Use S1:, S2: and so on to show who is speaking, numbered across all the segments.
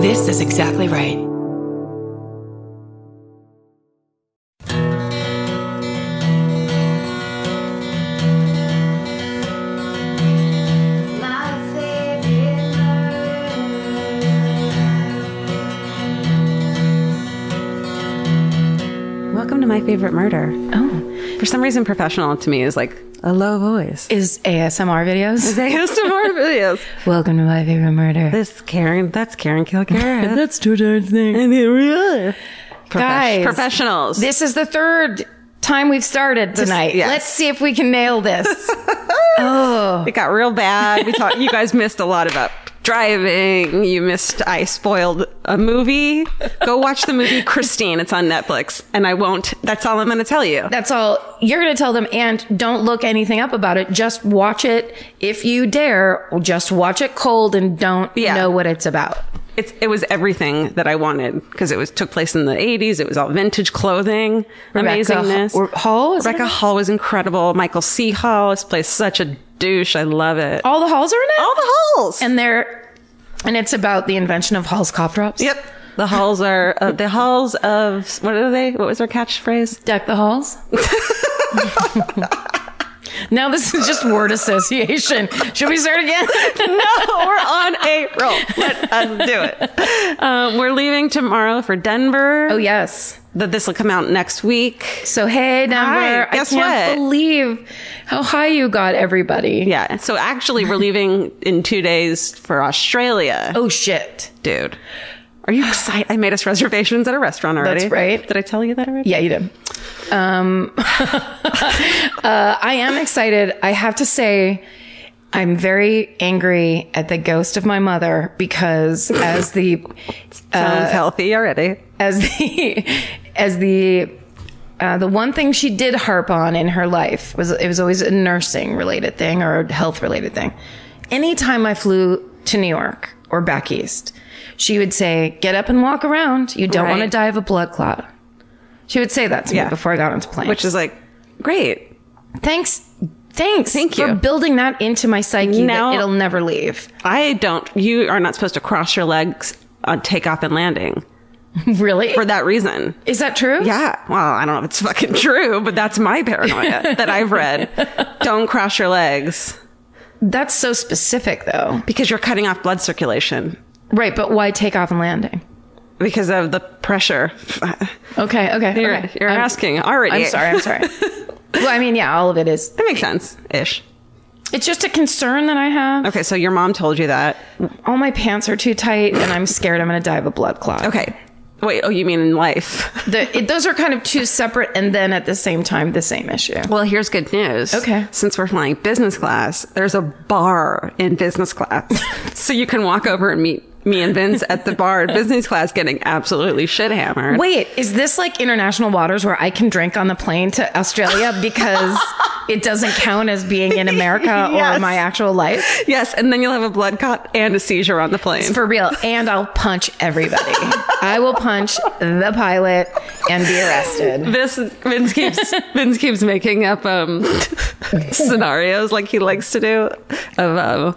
S1: This is exactly right.
S2: Welcome to my favorite murder.
S3: Oh,
S2: For some reason, professional to me is like a low voice.
S3: is ASMR videos?
S2: They have some more videos.
S3: Welcome to my favorite murder.
S2: This Karen, that's Karen Kilgara.
S3: too darn thing. Guys,
S2: professionals.
S3: This is the third time we've started tonight.
S2: yes.
S3: Let's see if we can nail this.
S2: it got real bad. We talked. You guys missed a lot about driving. You missed. I spoiled a movie. Go watch the movie Christine. It's on Netflix, and I won't. That's all I'm going to tell you.
S3: That's all you're going to tell them. And don't look anything up about it. Just watch it if you dare. Just watch it cold and don't
S2: Yeah.
S3: know what it's about.
S2: It's, it was everything that I wanted because it was took place in the 80s. It was all vintage clothing,
S3: Rebecca
S2: amazingness.
S3: Ho- or Hall, is that
S2: Rebecca
S3: her name?
S2: Hall was incredible. Michael C. Hall has played such a douche. I love it.
S3: Oh, All the halls are in it?
S2: All the Halls.
S3: And they're, and it's about the invention of Hall's cough drops.
S2: yep, the Halls are uh, the Halls of what are they? What was their catchphrase?
S3: Deck the halls. now this is just word association. Should we start again?
S2: no, we're on a roll. Let us do it. Um, we're leaving tomorrow for Denver.
S3: Oh yes.
S2: That this will come out next week.
S3: So hey, Denver, I
S2: Guess
S3: can't
S2: what?
S3: believe how high you got everybody.
S2: Yeah. So actually, we're leaving in two days for Australia.
S3: Oh shit.
S2: dude. Are you excited? I made us reservations at a restaurant already.
S3: right.
S2: Did I tell you that already?
S3: Yeah, you did. Um, uh, I am excited. I have to say, I'm very angry at the ghost of my mother because as the Uh,
S2: Sounds healthy already.
S3: as the as the uh, the one thing she did harp on in her life was it was always a nursing related thing or a health related thing. Anytime I flew to New York or back east, she would say, "Get up and walk around. You don't want to
S2: Right.
S3: die of a blood clot." She would say that to
S2: Yeah.
S3: me before I got onto the plane.
S2: Which is like, great.
S3: thanks, thanks,
S2: Thank
S3: for
S2: you.
S3: building that into my psyche.
S2: Now-
S3: that it'll never leave.
S2: I don't, you are not supposed to cross your legs on takeoff and landing
S3: really?
S2: for that reason.
S3: Is that true?
S2: Yeah. Well, I don't know if it's fucking true, but that's my paranoia that I've read. Don't cross your legs
S3: That's so specific, though.
S2: because you're cutting off blood circulation
S3: Right, but why take off and landing?
S2: because of the pressure.
S3: Okay, okay.
S2: You're,
S3: okay.
S2: you're
S3: I'm-
S2: asking already.
S3: I'm sorry. I'm sorry. well, I mean, yeah, all of it is.
S2: That makes sense ish.
S3: It's just a concern that I have.
S2: Okay. So your mom told you that.
S3: All my pants are too tight, and I'm scared I'm going to die of a blood clot.
S2: Okay. Wait. Oh, you mean in life?
S3: The, it, those are kind of two separate, and then at the same time, the same issue.
S2: Well, here's good news.
S3: Okay.
S2: Since we're flying business class, there's a bar in business class. so you can walk over and meet me and Vince at the bar in business class getting absolutely shit hammered.
S3: Wait, is this like international waters where I can drink on the plane to Australia because it doesn't count as being in America or
S2: Yes.
S3: my actual life?
S2: Yes, and then you'll have a blood clot and a seizure on the plane.
S3: For real. And I'll punch everybody. I will punch the pilot and be arrested.
S2: this Vince keeps Vince keeps making up um, scenarios like he likes to do of um,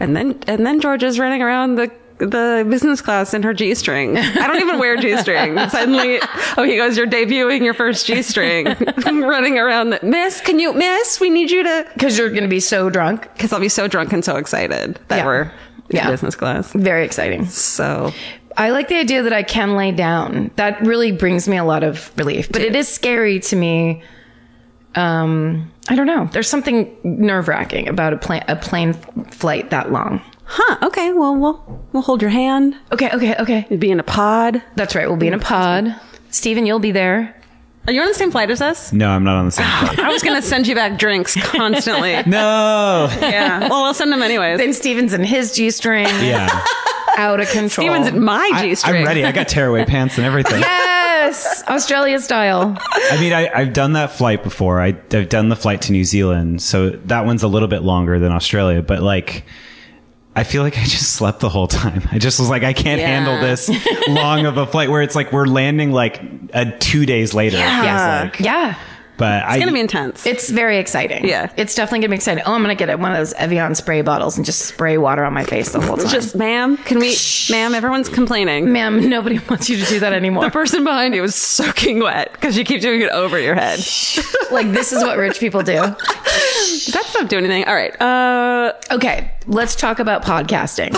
S2: and then and then Georgia's running around the the business class in her G string. I don't even wear G string. Suddenly, oh, he goes, "You're debuting your first G string." running around, the, Miss, can you, Miss? We need you to,
S3: Because you're going to be so drunk.
S2: because I'll be so drunk and so excited that
S3: Yeah.
S2: we're in
S3: Yeah.
S2: business class.
S3: Very exciting.
S2: So
S3: I like the idea that I can lay down. That really brings me a lot of relief. But it is scary to me. Um, I don't know. There's something nerve wracking about a plane a plane flight that long.
S2: Huh, okay, well we'll we'll hold your hand.
S3: Okay, okay, okay.
S2: We'd be in a pod.
S3: That's right. We'll be in a pod. Steven, you'll be there.
S2: Are you on the same flight as us?
S4: No, I'm not on the same flight.
S2: I was gonna send you back drinks constantly.
S4: No.
S2: Yeah. Well, I'll send them anyways.
S3: Then Steven's in his G string,
S4: Yeah.
S3: out of control.
S2: Steven's at my G
S4: Oh, I,
S2: string.
S4: I'm ready. I got tearaway pants and everything.
S3: yes, Australia style.
S4: I mean, I, I've done that flight before. I, I've done the flight to New Zealand, so that one's a little bit longer than Australia. But like, I feel like I just slept the whole time. I just was like, I can't
S2: Yeah.
S4: handle this long of a flight where it's like we're landing like uh, two days later. it feels
S3: Yeah.
S4: like.
S3: Yeah.
S4: But I
S2: It's gonna be intense.
S3: It's very exciting.
S2: Yeah.
S3: It's definitely going to be exciting. Oh, I'm going to get one of those Evian spray bottles and just spray water on my face the whole time.
S2: just, ma'am, can we, ma'am? Everyone's complaining.
S3: ma'am, nobody wants you to do that anymore.
S2: The person behind you is soaking wet because you keep doing it over your head.
S3: like, this is what rich people do.
S2: Does that stuff do anything? All right. Uh,
S3: Okay, let's talk about podcasting.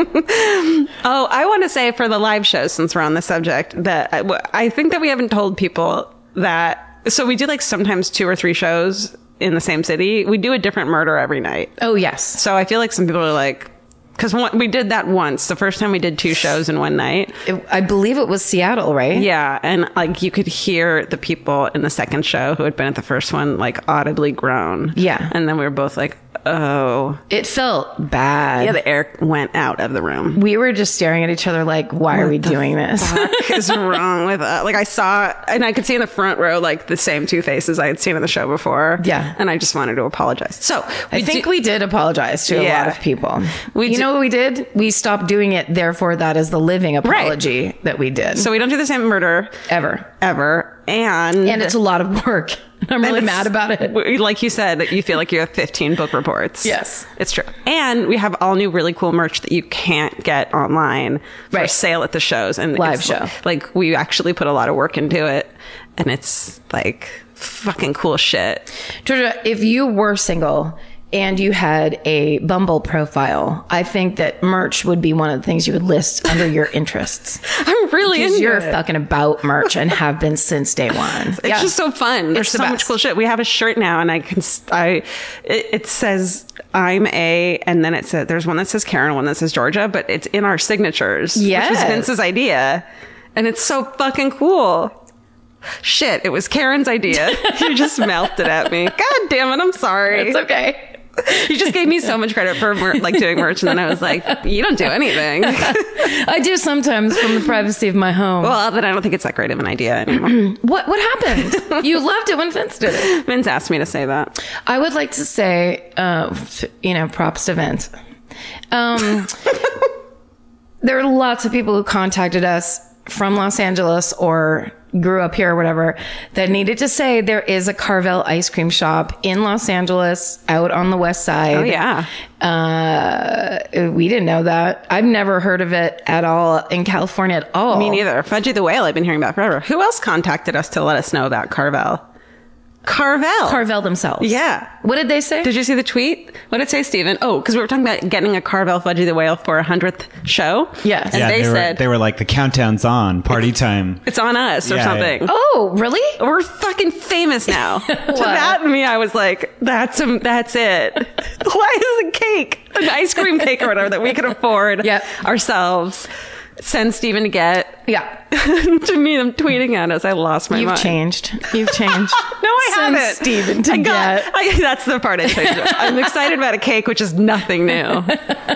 S2: oh, I want to say for the live show, since we're on the subject, that I, w- I think that we haven't told people that. So we do like sometimes two or three shows in the same city. We do a different murder every night.
S3: Oh, yes.
S2: So I feel like some people are like, because we did that once. The first time we did two shows in one night.
S3: It- I believe it was Seattle, right?
S2: Yeah, and like you could hear the people in the second show who had been at the first one like audibly groan.
S3: Yeah.
S2: and then we were both like, "Oh,
S3: It felt bad.
S2: yeah." The air went out of the room.
S3: we were just staring at each other like, why are we doing this?
S2: What is wrong with us? Like I saw, and I could see in the front row like the same two faces I had seen in the show before.
S3: Yeah.
S2: and I just wanted to apologize. So
S3: I think we did apologize to a
S2: Yeah.
S3: lot of people.
S2: We
S3: you
S2: do-
S3: know what we did? We stopped doing it. Therefore, that is the living apology that we did.
S2: so we don't do the same murder
S3: ever.
S2: ever, and
S3: And it's a lot of work. I'm really
S2: And it's-
S3: mad about it.
S2: we- Like you said, that you feel like you have 15 book reports.
S3: Yes.
S2: It's true. And we have all new really cool merch that you can't get online for
S3: Right.
S2: sale at the shows and
S3: Live
S2: it's,
S3: show.
S2: Like we actually put a lot of work into it and it's like fucking cool shit.
S3: Georgia, if you were single and you had a Bumble profile, I think that merch would be one of the things you would list under your interests.
S2: I'm really
S3: Because
S2: into
S3: you're
S2: it.
S3: fucking about merch and have been since day one.
S2: It's just so fun. There's
S3: It's the
S2: so much
S3: best.
S2: cool shit. We have a shirt now, and I can s- I it, it says I'm a, and then it says there's one that says Karen, one that says Georgia, but it's in our signatures. which was
S3: Yes.
S2: Vince's idea, and it's so fucking cool. Shit, it was Karen's idea. you just mouthed it at me. God damn it! I'm sorry.
S3: It's okay.
S2: you just gave me so much credit for mer- like doing merch, and then I was like, you don't do anything.
S3: I do sometimes from the privacy of my home.
S2: well, then I don't think it's that great of an idea anymore.
S3: what what happened? you loved it when Vince did it.
S2: Vince asked me to say that.
S3: I would like to say, uh, f- you know, props to Vince. Um, there are lots of people who contacted us from Los Angeles or grew up here or whatever that needed to say there is a Carvel ice cream shop in Los Angeles out on the west side.
S2: Oh yeah.
S3: Uh, we didn't know that. I've never heard of it at all in California at all.
S2: Me neither. Fudgy the Whale, I've been hearing about forever. Who else contacted us to let us know about Carvel? Carvel.
S3: Carvel themselves.
S2: Yeah.
S3: What did they say?
S2: Did you see the tweet? What did it say, Stephen? Oh, because we were talking about getting a Carvel Fudgy the Whale for a hundredth show.
S3: Yes.
S2: And
S4: yeah,
S2: they,
S4: were,
S2: said
S4: they were like the countdown's on, party time.
S2: it's on us or
S4: Yeah,
S2: something.
S3: oh, really?
S2: We're fucking famous now. to that and me, I was like, that's um, that's it. Why is a cake, an ice cream cake or whatever that we could afford
S3: Yep.
S2: ourselves, send Stephen to get
S3: Yeah.
S2: to me? I'm tweeting at us. I lost my
S3: You've
S2: mind.
S3: changed. You've changed.
S2: No, I
S3: Send
S2: haven't.
S3: Steven to
S2: I got,
S3: get-
S2: I, that's the part I changed. it. I'm excited about a cake, which is nothing new.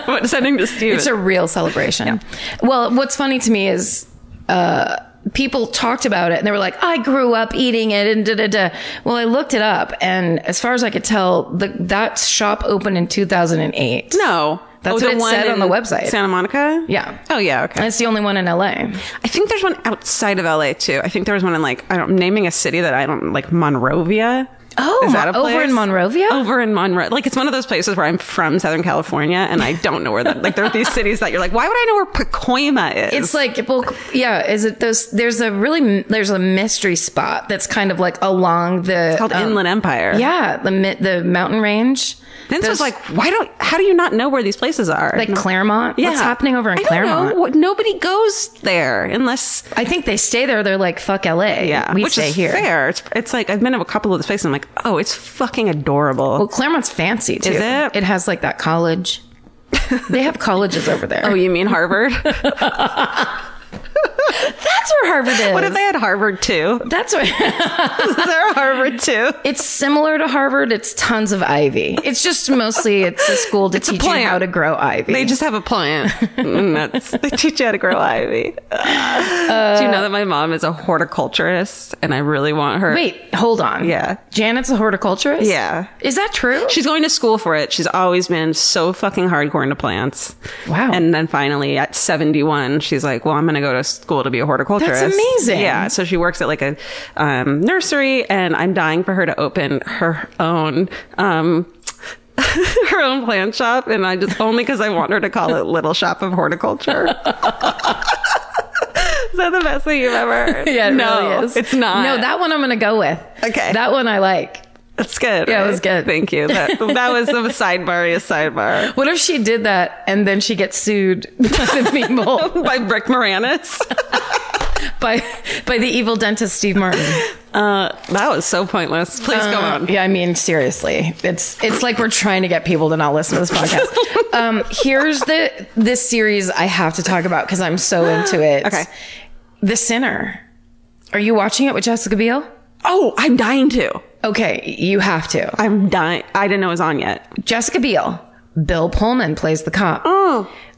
S2: But sending to Steven.
S3: It's a real celebration. Well, what's funny to me is uh, people talked about it and they were like, I grew up eating it and da da da. Well, I looked it up and as far as I could tell, the, that shop opened in 2008.
S2: no.
S3: That's
S2: the
S3: what it
S2: one
S3: said on
S2: in
S3: the website.
S2: Santa Monica?
S3: Yeah.
S2: Oh, yeah. Okay.
S3: And it's the only one in LA.
S2: I think there's one outside of LA, too. I think there was one in, like, I don't, naming a city that I don't, like, Monrovia.
S3: Oh,
S2: Is that a place?
S3: over in Monrovia?
S2: Over in Monroe. Like, it's one of those places where I'm from Southern California and I don't know where that, like, there are these cities that you're like, why would I know where Pacoima is?
S3: It's like, well, yeah, is it those? There's a really, there's a mystery spot that's kind of like along the.
S2: called
S3: um,
S2: Inland Empire.
S3: Yeah, the mi- the mountain range.
S2: Vince
S3: Those-
S2: was like, why don't, how do you not know where these places are?
S3: like
S2: And I'm
S3: Claremont.
S2: Yeah.
S3: What's happening over in
S2: I
S3: Claremont?
S2: Don't know. What- Nobody goes there unless
S3: I think they stay there. They're like, fuck LA.
S2: yeah,
S3: We
S2: which
S3: stay
S2: is
S3: here.
S2: fair. It's, it's like I've been to a couple of the places. And I'm like, oh, it's fucking adorable.
S3: Well, Claremont's fancy too.
S2: it?
S3: has like that college. they have colleges over there.
S2: oh, you mean Harvard? what
S3: that's where Harvard is.
S2: if they had Harvard too?
S3: that's where
S2: Is there a Harvard too?
S3: it's similar to Harvard. It's tons of ivy. It's just mostly it's a school to teach you
S2: plant.
S3: how to grow ivy.
S2: They just have a plant. and that's, they teach you how to grow ivy.
S3: Uh,
S2: Do you know that my mom is a horticulturist, and I really want her.
S3: Wait, hold on.
S2: Yeah.
S3: Janet's a horticulturist?
S2: Yeah.
S3: Is that true?
S2: She's going to school for it. She's always been so fucking hardcore into plants.
S3: Wow.
S2: And then finally at 71, she's like, well, I'm going to go to school to be a horticulturist. actress.
S3: amazing.
S2: Yeah. So she works at like a um, nursery, and I'm dying for her to open her own. Um, her own plant shop, and I just only because I want her to call it Little Shop of Horticulture. Is that the best thing you've ever heard?
S3: Yeah, it
S2: no,
S3: really is.
S2: it's not.
S3: No, that one I'm gonna go with.
S2: Okay.
S3: that one I like.
S2: that's good.
S3: Yeah, it
S2: right?
S3: was good.
S2: Thank you. That, that was a sidebar. A sidebar
S3: What if she did that and then she gets sued by the people
S2: by Brick Moranis.
S3: by by the evil dentist Steve Martin?
S2: Uh, that was so pointless. Please go on.
S3: Um, Yeah, I mean seriously, it's it's like we're trying to get people to not listen to this podcast. um, here's the this series I have to talk about because I'm so into it.
S2: Okay.
S3: The Sinner. Are you watching it with Jessica Biel?
S2: Oh, I'm dying to.
S3: Okay, you have to.
S2: I'm dying. I didn't know it was on yet.
S3: Jessica Biel. Bill Pullman plays the cop.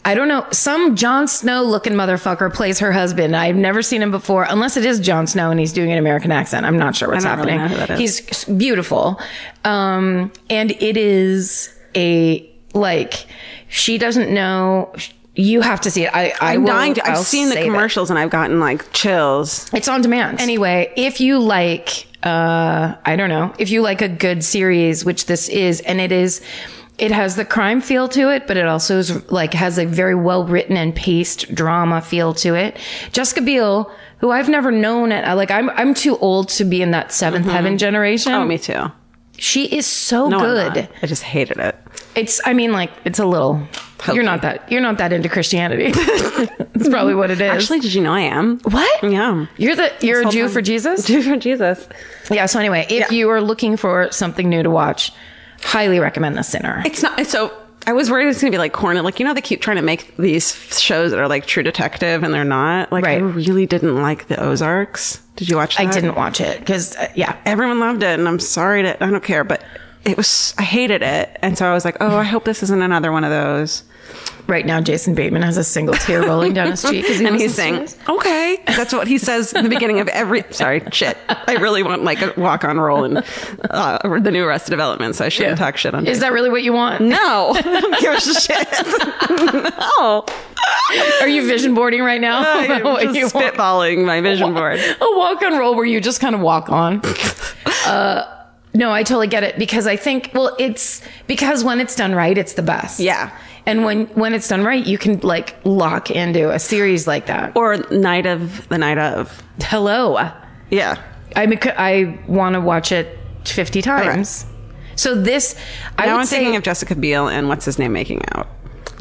S3: I don't know. Some Jon Snow looking motherfucker plays her husband. I've never seen him before, unless it is Jon Snow and he's doing an American accent. I'm not sure what's
S2: I don't really
S3: happening.
S2: know who that is.
S3: He's beautiful. Um, and it is a, like, she doesn't know. You have to see it. I, I
S2: I'm
S3: will-
S2: dying to. I've
S3: I'll
S2: seen the
S3: save it.
S2: commercials and I've gotten like chills.
S3: It's on demand. Anyway, if you like, uh, I don't know, if you like a good series, which this is, and it is, it has the crime feel to it, but it also is like has a very well written and paced drama feel to it. Jessica Biel, who I've never known, at, like I'm, I'm too old to be in that 7th heaven generation.
S2: Mm-hmm. Oh, me too. No,
S3: she is so
S2: I'm
S3: good.
S2: not. I just hated it.
S3: It's, I mean, like it's a little. You're not that. You're not that into Christianity. That's probably what it is.
S2: Actually, did you know I am?
S3: what?
S2: Yeah.
S3: You're the. You're a Jew
S2: on.
S3: for Jesus.
S2: Dude for Jesus.
S3: Yeah. So anyway, if you are looking for something new to watch, highly recommend The Sinner.
S2: It's not. So I was worried it's going to be like corny. Like, you know, they keep trying to make these shows that are like True Detective and they're not. Like, I
S3: Right.
S2: really didn't like the Ozarks. Did you watch
S3: I
S2: that?
S3: didn't watch it because uh, yeah,
S2: everyone loved it and I'm sorry to I don't care, but it was I hated it. And so I was like, "Oh, I hope this isn't another one of those."
S3: right now Jason Bateman has a single tear rolling down his cheek, 'cause he
S2: And he's
S3: listens to
S2: saying,
S3: this.
S2: "Okay." That's what he says in the beginning of every Sorry, shit. I really want like a walk-on role in uh, the new Arrested Development, so I shouldn't talk shit on
S3: "Is
S2: Jason.
S3: that really what you want?
S2: No. I don't give a shit. no.
S3: Are you vision boarding right now? about what
S2: I'm
S3: you
S2: just
S3: want?
S2: spitballing my vision board.
S3: A walk on roll where you just kind of walk on. Uh, no, I totally get it because I think well, it's because when it's done right, it's the best.
S2: Yeah.
S3: And when when it's done right, you can like lock into a series like that.
S2: Or night of the night of.
S3: Hello.
S2: Yeah.
S3: I mean, could- I want to watch it 50 times. So this, I
S2: Now
S3: would
S2: I'm
S3: say
S2: thinking of Jessica Biel and what's his name making out.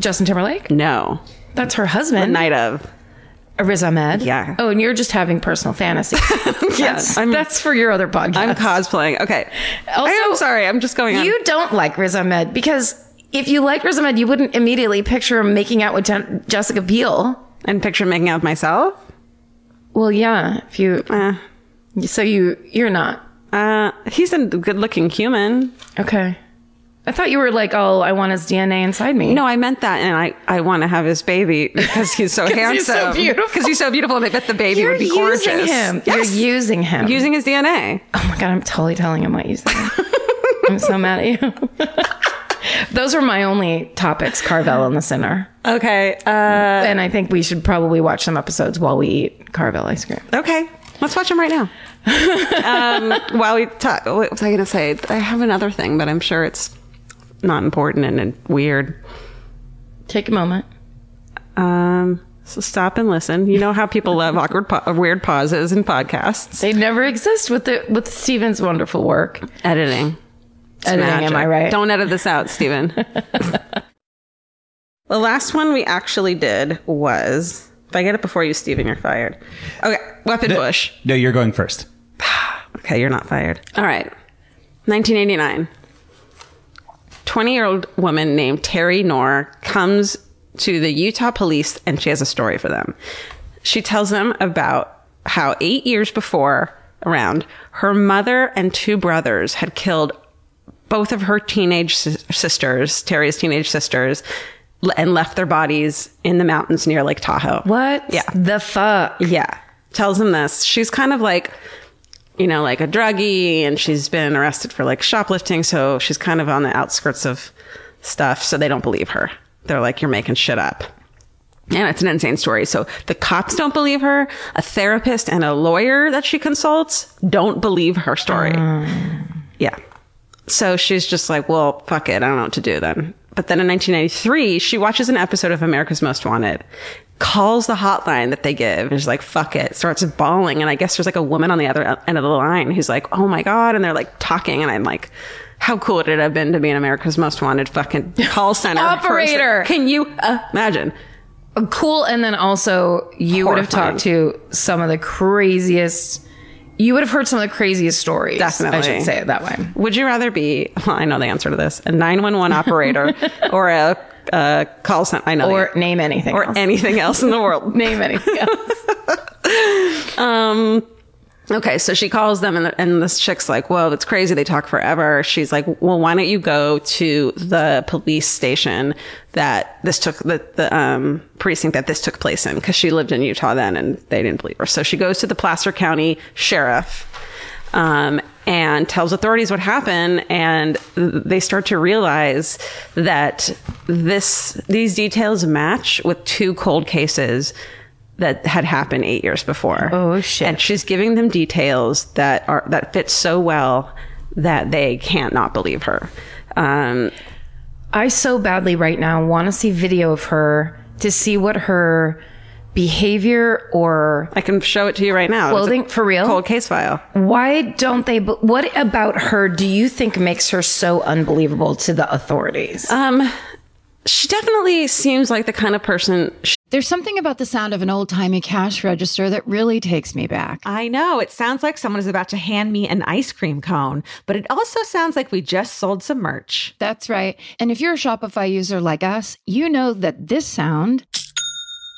S3: Justin Timberlake.
S2: No.
S3: That's her husband,
S2: Night of.
S3: Riz Ahmed.
S2: Yeah.
S3: Oh, and you're just having personal fantasies.
S2: Yes. I'm
S3: That's for your other podcast.
S2: I'm cosplaying. Okay.
S3: Also-
S2: I am sorry. I'm just going on.
S3: you don't like Riz Ahmed because if you liked Riz Ahmed, you wouldn't immediately picture him making out with Jen- Jessica Biel.
S2: and picture making out with myself.
S3: Well, yeah. If you,
S2: Uh,
S3: so you, you're not
S2: uh, he's a good-looking human.
S3: okay. I thought you were like, oh, I want his DNA inside me.
S2: No, I meant that, and I, I want to have his baby because he's so handsome.
S3: he's so beautiful.
S2: Because he's so beautiful, and I bet the baby
S3: you're
S2: would be
S3: using
S2: gorgeous.
S3: him.
S2: Yes.
S3: You're using him.
S2: using his DNA.
S3: Oh my god, I'm totally telling him what you said. I'm so mad at you. Those are my only topics, Carvel and the Sinner.
S2: Okay. Uh,
S3: And I think we should probably watch some episodes while we eat Carvel ice cream.
S2: okay. Let's watch him right now. um, while we talk, what was I going to say? I have another thing, but I'm sure it's not important and, and weird.
S3: Take a moment.
S2: Um, so stop and listen. You know how people love awkward, pa- weird pauses in podcasts.
S3: They never exist with the with Steven's wonderful work.
S2: Editing. It's
S3: Editing,
S2: magic.
S3: am I right?
S2: Don't edit this out, Steven. the last one we actually did was. If I get it before you, Steven, you're fired. Okay, Weapon Bush.
S4: No, you're going first.
S2: Okay, you're not fired. All right. 1989. 20 year old woman named Terry Knorr comes to the Utah police and she has a story for them. She tells them about how eight years before, around, her mother and two brothers had killed both of her teenage sis- sisters, Terry's teenage sisters, le- and left their bodies in the mountains near Lake Tahoe.
S3: What
S2: Yeah.
S3: the fuck?
S2: Yeah. Tells him this. She's kind of like, you know, like a druggie and she's been arrested for like shoplifting. So she's kind of on the outskirts of stuff. So they don't believe her. They're like, you're making shit up. And it's an insane story. So the cops don't believe her. A therapist and a lawyer that she consults don't believe her story. Yeah. So she's just like, well, fuck it. I don't know what to do then. But then in 1993, she watches an episode of America's Most Wanted, calls the hotline that they give, and she's like, fuck it, starts bawling. And I guess there's like a woman on the other end of the line who's like, oh my God. And they're like talking. And I'm like, how cool would it have been to be in America's Most Wanted fucking call center? for a se-
S3: Operator.
S2: Can you imagine?
S3: cool and then also you would have talked to some of the craziest you would have heard some of the craziest stories i
S2: Definitely.
S3: should say it that way
S2: Would you rather be, well, I know the answer to this, a 911 operator or a, a call center? I know. the
S3: or name anything
S2: or
S3: else.
S2: anything else in the world.
S3: name anything else.
S2: Okay, so she calls them, and, and this chick's like, "Whoa, that's crazy. They talk forever." She's like, "Well, why don't you go to the police station that this took the the um, precinct that this took place in?" Because she lived in Utah then, and they didn't believe her. So she goes to the Placer County Sheriff. Um, and tells authorities what happened, and they start to realize that this these details match with two cold cases that had happened eight years before.
S3: Oh, shit.
S2: And she's giving them details that are that fit so well that they can't not believe her. Um,
S3: i so badly right now want to see video of her to see what her behavior or
S2: I can show it to you right now. It's a
S3: Clothing- for real?
S2: Cold case file.
S3: why don't they be- what about her do you think makes her so unbelievable to the authorities
S2: Um, she definitely seems like the kind of person. She,
S1: There's something about the sound of an old timey cash register that really takes me back.
S5: I know. It sounds like someone is about to hand me an ice cream cone, but it also sounds like we just sold some merch.
S1: That's right. And if you're a Shopify user like us, you know that this sound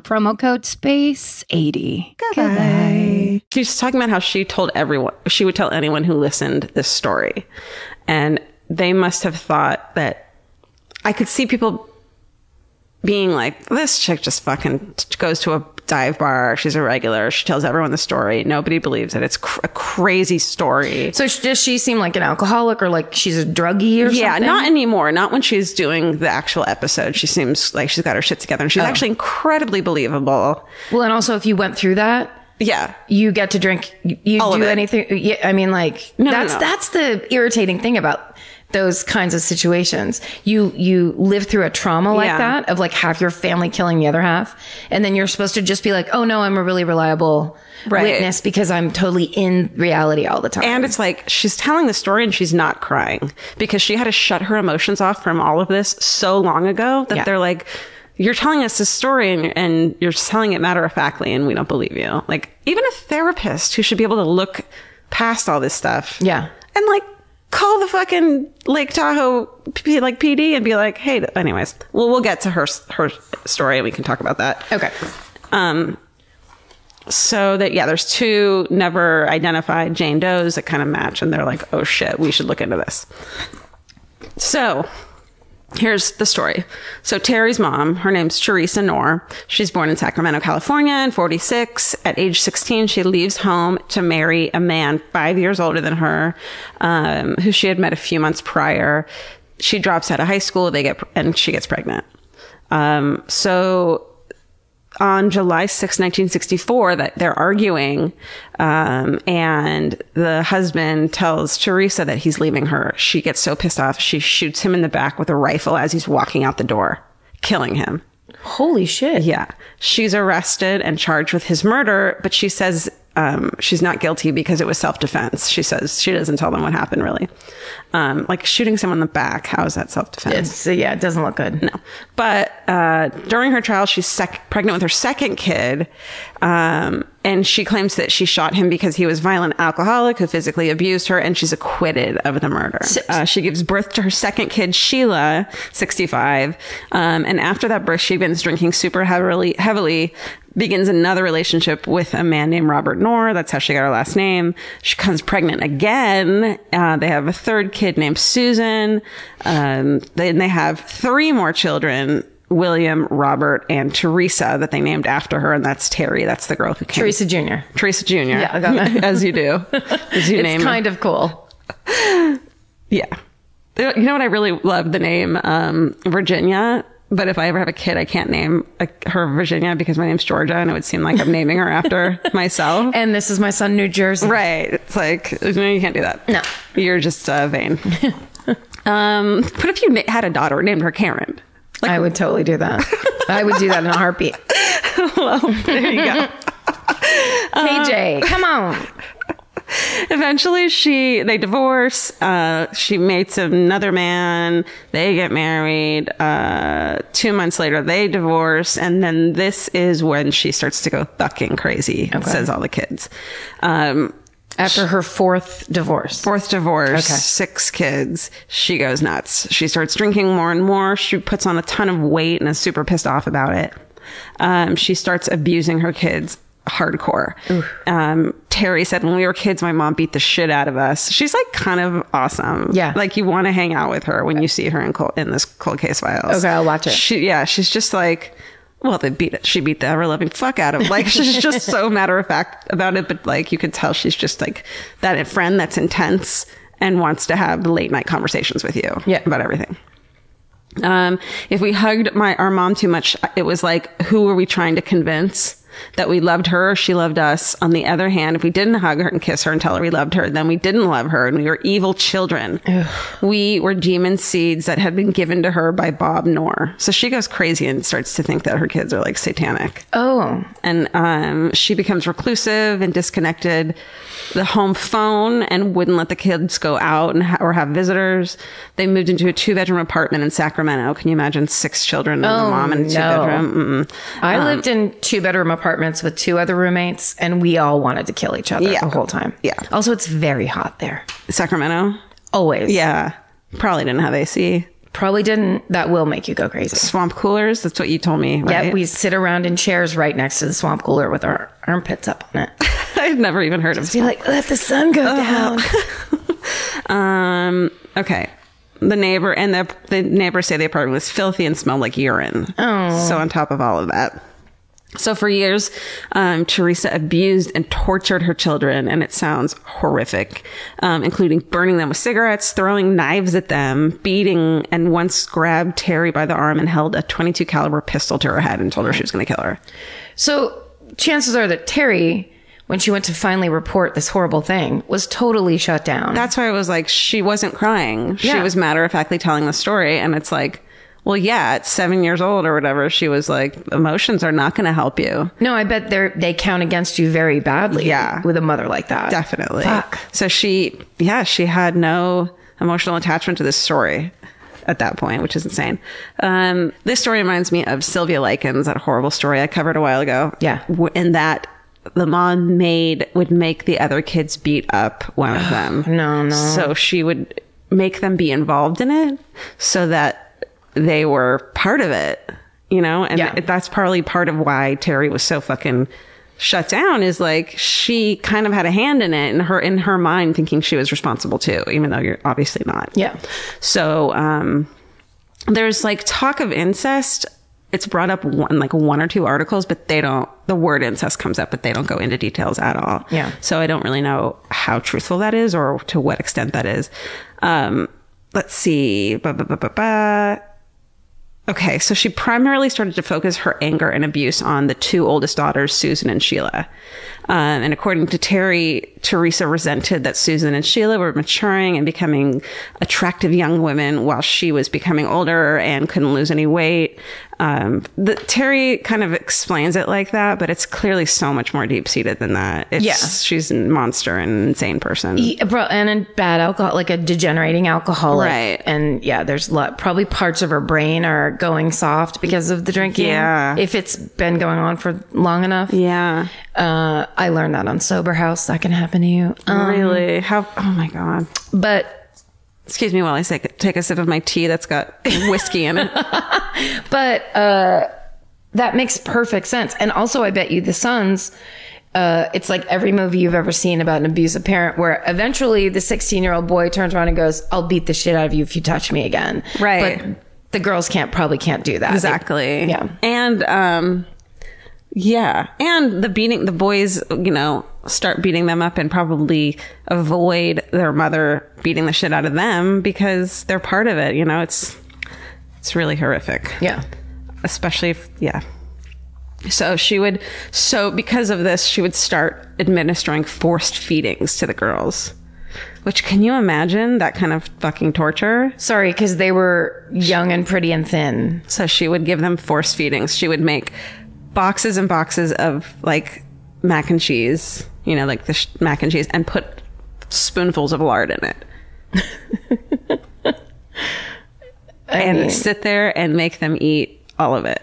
S1: promo code SPACE80.
S2: she's talking about how she told everyone she would tell anyone who listened this story, and they must have thought that I could see people being like, this chick just fucking goes to a dive bar. She's a regular. She tells everyone the story. Nobody believes it. It's cr- a crazy story.
S3: So sh- does she seem like an alcoholic or like she's a druggie or
S2: yeah,
S3: something?
S2: not anymore. Not when she's doing the actual episode. She seems like she's got her shit together and she's actually incredibly believable.
S3: Well, and also if you went through that,
S2: Yeah.
S3: you get to drink you, you
S2: All of
S3: do
S2: it.
S3: anything yeah i mean like
S2: No, no,
S3: that's
S2: no.
S3: that's the irritating thing about those kinds of situations you you live through a trauma like
S2: Yeah.
S3: that of like half your family killing the other half and then you're supposed to just be like oh no i'm a really reliable
S2: Right.
S3: witness because i'm totally in reality all the time
S2: And it's like she's telling the story and she's not crying because she had to shut her emotions off from all of this so long ago that
S3: Yeah.
S2: they're like, you're telling us this story and, and you're just telling it matter of factly and we don't believe you. Like, even a therapist who should be able to look past all this stuff.
S3: Yeah.
S2: And like, call the fucking Lake Tahoe P- like PD and be like, hey, anyways, well, we'll get to her, s- her story and we can talk about that.
S3: okay
S2: Um, so that yeah, there's two never identified Jane Does that kind of match, and they're like, oh shit, we should look into this. So here's the story. So Terry's mom, her name's Teresa Knorr. She's born in Sacramento, California in 46. At age 16, she leaves home to marry a man five years older than her, um, who she had met a few months prior. She drops out of high school. They get, and she gets pregnant. Um, so on July 6, 1964, that they're arguing, um, and the husband tells Teresa that he's leaving her. She gets so pissed off, she shoots him in the back with a rifle as he's walking out the door, killing him.
S3: holy shit
S2: Yeah. She's arrested and charged with his murder, but she says um, she's not guilty because it was self defense. She says she doesn't tell them what happened, really. Um, like shooting someone in the back, how is that self defense?
S3: it's, yeah it doesn't look good no
S2: But uh, during her trial, she's sec- pregnant with her second kid, um, and she claims that she shot him because he was a violent alcoholic who physically abused her, and she's acquitted of the murder. Uh, she gives birth to her second kid, Sheila, 65, um, and after that birth, she begins drinking super heavily, heavily, begins another relationship with a man named Robert Knorr. That's how she got her last name. She comes pregnant again. Uh, they have a third kid named Susan. Um, then they have three more children. William, Robert, and Teresa that they named after her, and that's Terry. That's the girl who came.
S3: teresa junior
S2: Teresa Jr.
S3: Yeah, I got that.
S2: as you do. As you
S3: it's
S2: name
S3: kind of cool
S2: yeah. You know what? I really love the name um, Virginia, but if I ever have a kid, I can't name like, her Virginia because my name's Georgia and it would seem like I'm naming her after myself.
S3: and this is my son new jersey
S2: Right. It's like, no, you can't do that.
S3: No.
S2: You're just uh, vain. um, what if you na- had a daughter named her Karen?
S3: i would totally do that i would do that in a heartbeat
S2: There you go. Um,
S3: pj come on
S2: Eventually, she they divorce. Uh, she mates another man. They get married. Uh, two months later, they divorce, and then this is when she starts to go fucking crazy. Says all the kids. Um,
S3: after her fourth divorce
S2: Fourth divorce,
S3: Okay.
S2: six kids. She goes nuts. She starts drinking more and more. She puts on a ton of weight and is super pissed off about it. Um, she starts abusing her kids hardcore. Um, Terry said, when we were kids, my mom beat the shit out of us. She's like kind of awesome.
S3: Yeah.
S2: Like you want to hang out with her when you see her in cold, in this cold case files.
S3: Okay, I'll watch it.
S2: She, yeah. She's just like, well, they beat it. She beat the ever loving fuck out of. Like she's just so matter of fact about it, but like you could tell she's just like that friend that's intense and wants to have late night conversations with you
S3: Yeah.
S2: about everything. Um, if we hugged my our mom too much, it was like who were we trying to convince that we loved her? She loved us. On the other hand, if we didn't hug her and kiss her and tell her we loved her, then we didn't love her, and we were evil children. We were demon seeds that had been given to her by Bob Knorr. So she goes crazy and starts to think that her kids are like satanic
S3: oh
S2: and um, she becomes reclusive and disconnected the home phone and wouldn't let the kids go out and ha- or have visitors they moved into a two-bedroom apartment in sacramento can you imagine six children and a mom in a
S3: Oh, no.
S2: two-bedroom Mm-mm.
S3: I lived in two bedroom apartments with two other roommates, and we all wanted to kill each other
S2: Yeah.
S3: the whole time.
S2: Yeah.
S3: Also, it's very hot there.
S2: sacramento
S3: Always.
S2: yeah probably didn't have ac
S3: Probably didn't. That will make you go crazy.
S2: swamp coolers that's what you told me right?
S3: Yeah. We sit around in chairs right next to the swamp cooler with our armpits up on it.
S2: i've never even heard of
S3: Be like, let the sun go down.
S2: Um. Okay. The neighbor and the the neighbors say the apartment was filthy and smelled like urine. Oh. So on top of all of that, So for years, um, Teresa abused and tortured her children, and it sounds horrific, um, including burning them with cigarettes, throwing knives at them, beating, and once grabbed Terry by the arm and held a 22 caliber pistol to her head and told her she was going to kill her.
S3: So chances are that Terry, when she went to finally report this horrible thing, was totally shut down.
S2: That's why it was like she wasn't crying. She
S3: Yeah.
S2: was matter of factly telling the story, and it's like, well, yeah, at seven years old or whatever, she was like, emotions are not going to help you.
S3: no, I bet they they count against you very badly.
S2: Yeah.
S3: with a mother like that.
S2: Definitely. So she, yeah, she had no emotional attachment to this story at that point, which is insane. Um, this story reminds me of Sylvia Likens, that horrible story I covered a while ago.
S3: Yeah.
S2: W- In that the mom made, would make the other kids beat up one of them.
S3: No, no.
S2: So she would make them be involved in it so that they were part of it, you know? And
S3: Yeah.
S2: that's partly part of why Terry was so fucking shut down is like she kind of had a hand in it and her in her mind thinking she was responsible too, even though you're obviously not.
S3: Yeah.
S2: So um there's like talk of incest. It's brought up one, like one or two articles, but they don't, the word incest comes up, but they don't go into details at all.
S3: Yeah.
S2: So I don't really know how truthful that is or to what extent that is. Um, let's see. Ba, ba, ba, ba, ba. Okay, so she primarily started to focus her anger and abuse on the two oldest daughters, Susan and Sheila. Um, and according to Terry, Teresa resented that Susan and Sheila were maturing and becoming attractive young women while she was becoming older and couldn't lose any weight. Um, the, Terry kind of explains it like that, but it's clearly so much more deep seated than that. It's,
S3: Yeah.
S2: She's a monster and insane person.
S3: Yeah, bro, and a bad alcohol, like a degenerating alcoholic,
S2: Right.
S3: And yeah, there's a lot. Probably parts of her brain are going soft because of the drinking.
S2: Yeah.
S3: if it's been going on for long enough.
S2: yeah.
S3: Uh, I learned that on Sober House. That can happen to you. Um,
S2: really? How? Oh my God.
S3: but
S2: Excuse me while I take, take a sip of my tea that's got whiskey in it.
S3: But uh, that makes perfect sense. And also, I bet you the sons. Uh, it's like every movie you've ever seen about an abusive parent, where eventually the 16 year old boy turns around and goes, "I'll beat the shit out of you if you touch me again."
S2: Right.
S3: But the girls can't probably can't do that.
S2: Exactly.
S3: Yeah.
S2: And um yeah, and the beating the boys, you know, start beating them up and probably avoid their mother beating the shit out of them because they're part of it, you know. It's it's really horrific.
S3: They- yeah.
S2: especially if yeah so she would so because of this she would start administering forced feedings to the girls which can you imagine that kind of fucking torture
S3: Sorry, because they were young and pretty and thin.
S2: so she would give them force feedings she would make boxes and boxes of like mac and cheese you know like the sh- mac and cheese and put spoonfuls of lard in it and sit there and make them eat all of it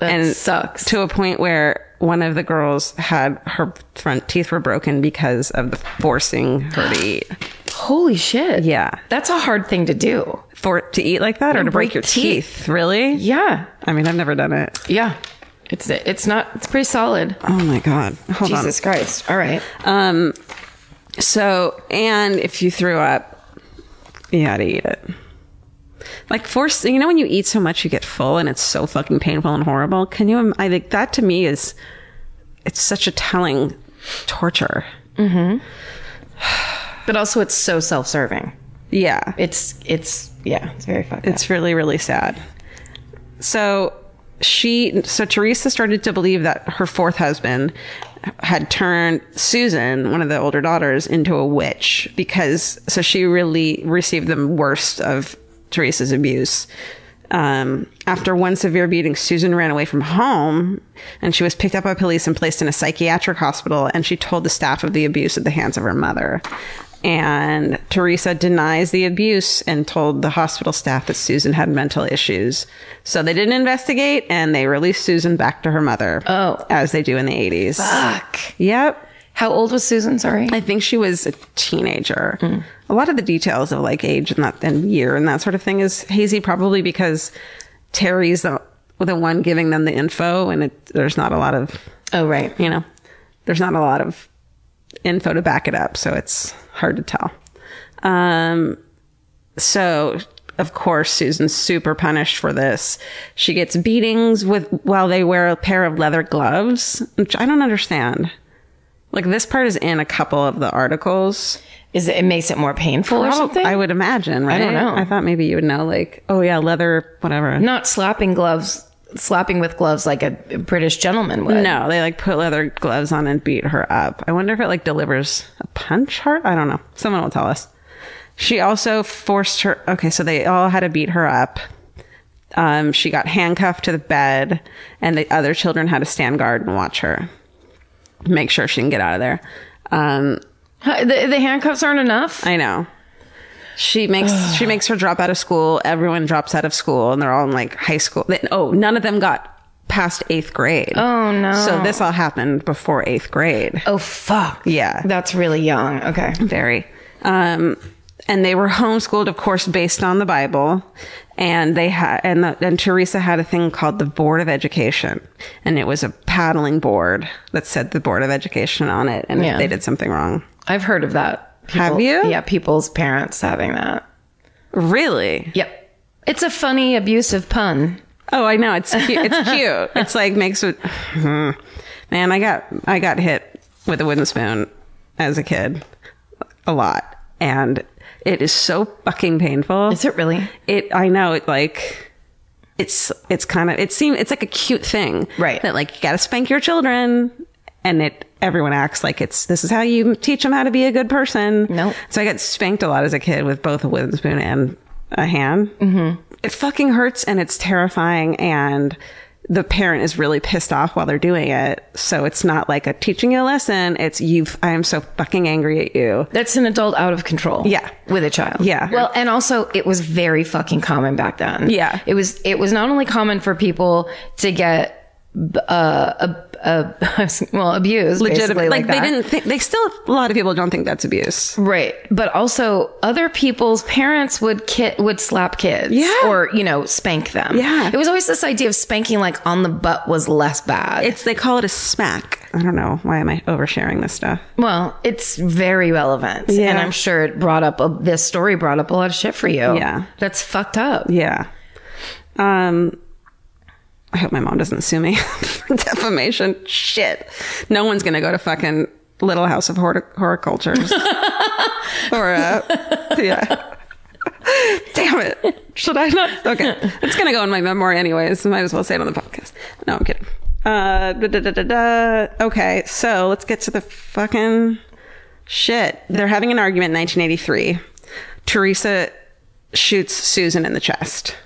S3: That
S2: and
S3: sucks.
S2: to a point where one of the girls had her front teeth were broken because of the forcing her to eat
S3: Holy shit.
S2: Yeah.
S3: That's a hard thing to do.
S2: for to eat like that or to break,
S3: break
S2: your teeth.
S3: teeth.
S2: really
S3: Yeah.
S2: i mean i've never done it
S3: Yeah. It's it's not. It's pretty solid.
S2: oh my god hold on
S3: Jesus Christ. All right.
S2: Um, so, and if you threw up, you had to eat it. Like force, you know, when you eat so much, you get full, and it's so fucking painful and horrible. Can you? im- I think that to me is, it's such a telling torture.
S3: But also, it's so self serving.
S2: Yeah,
S3: It's it's yeah. It's very fucked.
S2: It's really, really sad. So she, so Teresa started to believe that her fourth husband had turned Susan, one of the older daughters, into a witch because, so she really received the worst of Teresa's abuse. Um, after one severe beating, Susan ran away from home and she was picked up by police and placed in a psychiatric hospital. And she told the staff of the abuse at the hands of her mother. And Teresa denies the abuse and told the hospital staff that Susan had mental issues. So they didn't investigate and they released Susan back to her mother.
S3: Oh.
S2: As they do in the 80s.
S3: Fuck.
S2: Yep.
S3: How old was Susan? Sorry.
S2: I think she was a teenager.
S3: Hmm.
S2: A lot of the details of like age and that and year and that sort of thing is hazy, probably because Terry's the the one giving them the info, and it, there's not a lot of
S3: Oh right.
S2: you know, there's not a lot of info to back it up, so it's hard to tell. Um, so of course, Susan's super punished for this. She gets beatings with while they wear a pair of leather gloves, which I don't understand. Like this part is in a couple of the articles.
S3: Is it, it makes it more painful or
S2: Prob-
S3: something?
S2: I would imagine, right?
S3: don't know.
S2: I thought maybe you would know, like, oh yeah, leather, whatever.
S3: Not slapping gloves, slapping with gloves like a British gentleman would.
S2: No, they like put leather gloves on and beat her up. I wonder if it like delivers a punch heart. I don't know. Someone will tell us. She also forced her. Okay, so they all had to beat her up. Um, she got handcuffed to the bed, and the other children had to stand guard and watch her, make sure she can get out of there. Um,
S3: Huh, The, the handcuffs aren't enough.
S2: I know. She makes she makes her drop out of school. Everyone drops out of school, and they're all in like high school. They, oh, none of them got past eighth grade.
S3: Oh, no.
S2: So this all happened before eighth grade.
S3: oh fuck.
S2: Yeah.
S3: That's really young. Okay.
S2: Very. Um, and they were homeschooled, of course, based on the Bible. And they had, and, the, and Teresa had a thing called the Board of Education. And it was a paddling board that said the Board of Education on it. And if
S3: Yeah.
S2: they did something wrong.
S3: I've heard of that.
S2: Have you?
S3: Yeah, people's parents having that.
S2: Really?
S3: Yep. It's a funny abusive pun.
S2: Oh, I know. It's cute. It's cute. it's like makes it. Man, I got I got hit with a wooden spoon as a kid, a lot, and it is so fucking painful.
S3: Is it really?
S2: It. I know. It like. It's it's kind of it seem it's like a cute thing,
S3: Right.
S2: That like you gotta spank your children, and it everyone acts like it's this is how you teach them how to be a good person.
S3: Nope.
S2: So I got spanked a lot as a kid with both a wooden spoon and a hand. Mm-hmm. It fucking hurts and it's terrifying and the parent is really pissed off while they're doing it. So it's not like a teaching you a lesson. It's you've I am so fucking angry at you.
S3: That's an adult out of control.
S2: Yeah.
S3: With a child.
S2: Yeah.
S3: Well, and also it was very fucking common back then.
S2: Yeah.
S3: It was it was not only common for people to get b- uh, uh, uh well abused basically
S2: Legitimate. Like,
S3: like,
S2: they
S3: that.
S2: didn't think they still a lot of people don't think that's abuse.
S3: Right. But also other people's parents would kid would slap kids
S2: Yeah.
S3: or, you know, spank them.
S2: Yeah.
S3: It was always this idea of spanking like on the butt was less bad.
S2: It's they call it a smack. I don't know why am I oversharing this stuff.
S3: well, it's very relevant.
S2: Yeah.
S3: And I'm sure it brought up a, this story brought up a lot of shit for you.
S2: Yeah.
S3: That's fucked up.
S2: Yeah. Um, I hope my mom doesn't sue me for defamation. Shit. No one's going to go to fucking Little House of Horti- Horticultures. or, uh, yeah. Damn it. Should I not? Okay. It's going to go in my memoir anyways. Might as well say it on the podcast. No, I'm kidding. Uh, da, da, da, da, da. Okay. So let's get to the fucking shit. They're having an argument in 1983. Teresa shoots Susan in the chest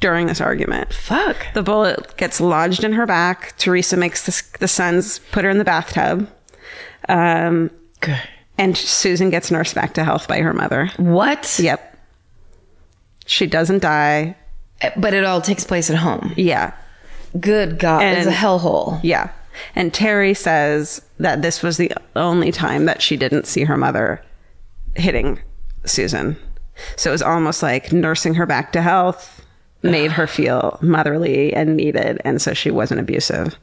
S2: during this argument.
S3: Fuck.
S2: The bullet gets lodged in her back. Teresa makes the, the sons put her in the bathtub. Um, and Susan gets nursed back to health by her mother.
S3: What?
S2: Yep. She doesn't die.
S3: But it all takes place at home.
S2: Yeah.
S3: Good God. it's a
S2: And-
S3: hellhole.
S2: Yeah. And Terry says that this was the only time that she didn't see her mother hitting Susan. So it was almost like nursing her back to health made her feel motherly and needed. And so she wasn't abusive.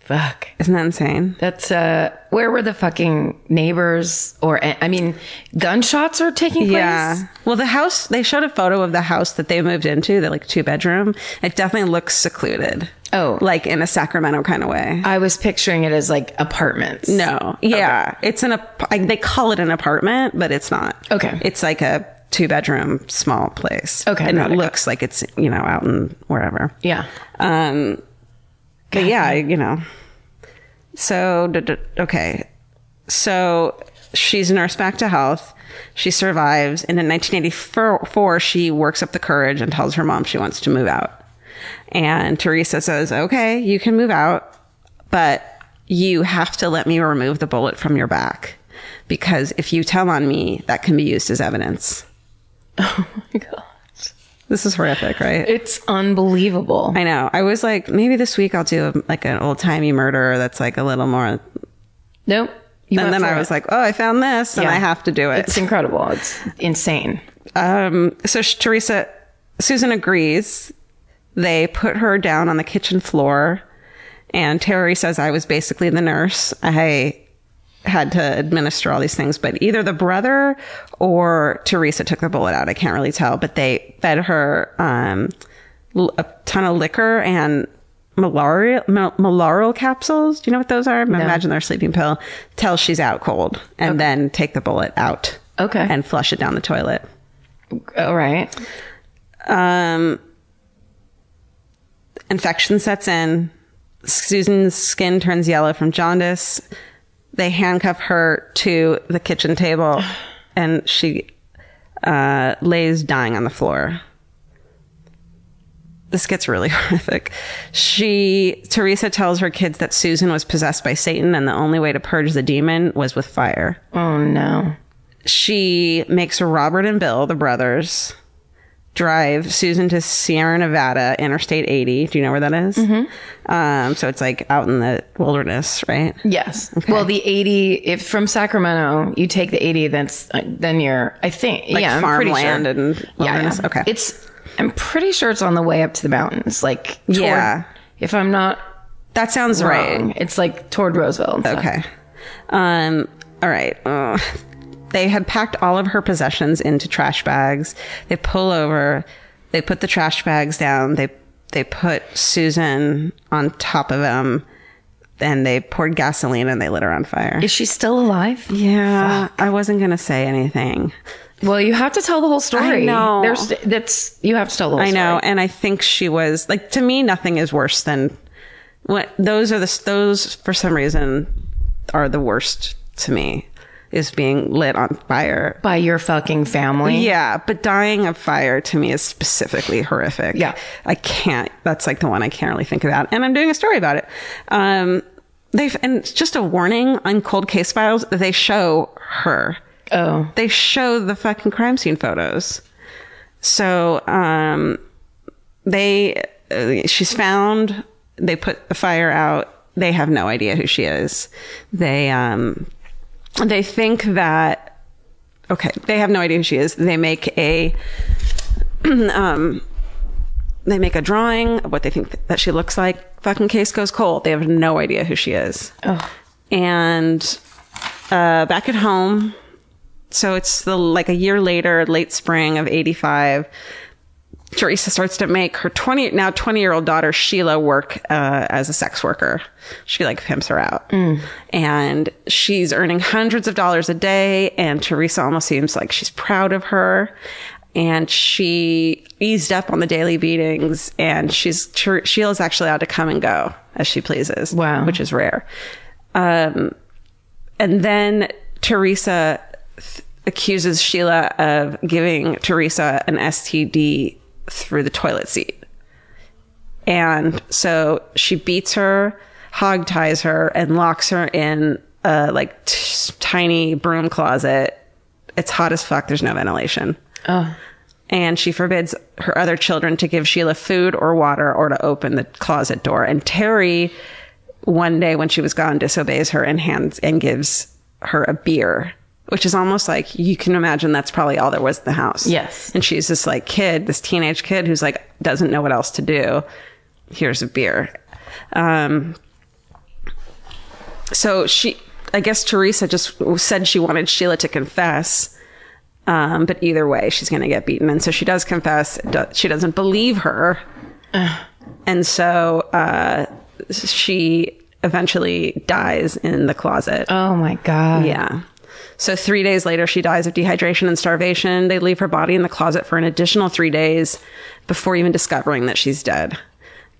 S3: Fuck.
S2: Isn't that insane?
S3: That's uh where were the fucking neighbors or I mean gunshots are taking place?
S2: Yeah. Well, the house, they showed a photo of the house that they moved into, the like two bedroom. It definitely looks secluded.
S3: Oh.
S2: Like in a Sacramento kind of way.
S3: I was picturing it as like apartments.
S2: No. Yeah. It's an, ap- I, they call it an apartment, but it's not.
S3: Okay.
S2: It's like a two bedroom small place.
S3: Okay,
S2: And
S3: got
S2: it
S3: it, got
S2: looks like it's, you know, out in wherever.
S3: Yeah.
S2: Um, but yeah, I- you know. So, d- d- okay. So she's nursed back to health. She survives. And in 1984, she works up the courage and tells her mom she wants to move out. And Teresa says, okay, you can move out, but you have to let me remove the bullet from your back. Because if you tell on me, that can be used as evidence. This is horrific, right?
S3: It's unbelievable.
S2: I know. I was like, maybe this week I'll do a, like an old timey murderer that's like a little more.
S3: nope. You
S2: and
S3: went
S2: then
S3: for
S2: I
S3: it.
S2: was like, oh, I found this and
S3: Yeah.
S2: I have to do it.
S3: it's incredible. It's insane.
S2: Um, so sh- Teresa, Susan agrees. They put her down on the kitchen floor. And Terry says, I was basically the nurse. I had to administer all these things, but either the brother or Teresa took the bullet out. I can't really tell, but they fed her um, l- a ton of liquor and malaria mal- malarial capsules. Do you know what those are? Imagine they're a sleeping pill. Till she's out cold, and then take the bullet out.
S3: Okay.
S2: and flush it down the toilet.
S3: All Oh, right.
S2: Um, infection sets in. Susan's skin turns yellow from jaundice. They handcuff her to the kitchen table, and she uh, lays dying on the floor. This gets really horrific. She Teresa tells her kids that Susan was possessed by Satan, and the only way to purge the demon was with fire
S3: Oh no.
S2: she makes Robert and Bill, the brothers, drive Susan to Sierra Nevada, Interstate 80. Do you know where that is?
S3: Mm-hmm.
S2: Um, so it's like out in the wilderness, right?
S3: Yes. Well, the 80, if from Sacramento, you take the 80, that's, uh, then you're, I think,
S2: Like
S3: yeah, I'm pretty
S2: farmland
S3: sure.
S2: and wilderness. Okay.
S3: It's, I'm pretty sure it's on the way up to the mountains. Like, toward,
S2: Yeah.
S3: If I'm not
S2: that sounds right.
S3: wrong, it's like toward Roseville. and stuff.
S2: Okay. Um, all right. Uh, they had packed all of her possessions into trash bags. They pull over. They put the trash bags down. They they put Susan on top of them. Then they poured gasoline and they lit her on fire.
S3: Is she still alive?
S2: Yeah, I wasn't gonna say anything.
S3: Well, you have to tell the whole story.
S2: I know.
S3: There's, that's, you have to tell the whole
S2: I know,
S3: story.
S2: and I think she was like to me, nothing is worse than what those are the those for some reason are the worst to me is being lit on fire
S3: By your fucking family.
S2: Yeah, but dying of fire to me is specifically horrific.
S3: Yeah.
S2: I can't. That's like the one I can't really think about. And I'm doing a story about it. Um, they've and it's just a warning on cold case files. They show her.
S3: Oh.
S2: They show the fucking crime scene photos. So um, they uh, she's found. They put the fire out. They have no idea who she is. They um, they think that okay they have no idea who she is they make a um they make a drawing of what they think that she looks like fucking case goes cold they have no idea who she is and uh back at home so it's the like a year later late spring of 85 Teresa starts to make her 20 now 20 year old daughter Sheila work uh, as a sex worker. She like pimps her out. And she's earning hundreds of dollars a day and Teresa almost seems like she's proud of her and she eased up on the daily beatings and she's Ter- Sheila's actually allowed to come and go as she pleases.
S3: Wow.
S2: Which is rare. Um and then Teresa th- accuses Sheila of giving Teresa an STD through the toilet seat. And so she beats her, hog ties her, and locks her in a like t- tiny broom closet. It's hot as fuck. There's no ventilation. And she forbids her other children to give Sheila food or water or to open the closet door. And Terry, one day when she was gone, disobeys her and hands and gives her a beer, which is almost like you can imagine that's probably all there was in the house.
S3: Yes.
S2: And she's this like kid, this teenage kid who's like doesn't know what else to do. Here's a beer. Um, so she, I guess Teresa just said she wanted Sheila to confess. Um, but either way, she's going to get beaten. And so she does confess. Do- she doesn't believe her. And so uh, she eventually dies in the closet.
S3: Oh my God.
S2: Yeah. So three days later, she dies of dehydration and starvation. They leave her body in the closet for an additional three days before even discovering that she's dead.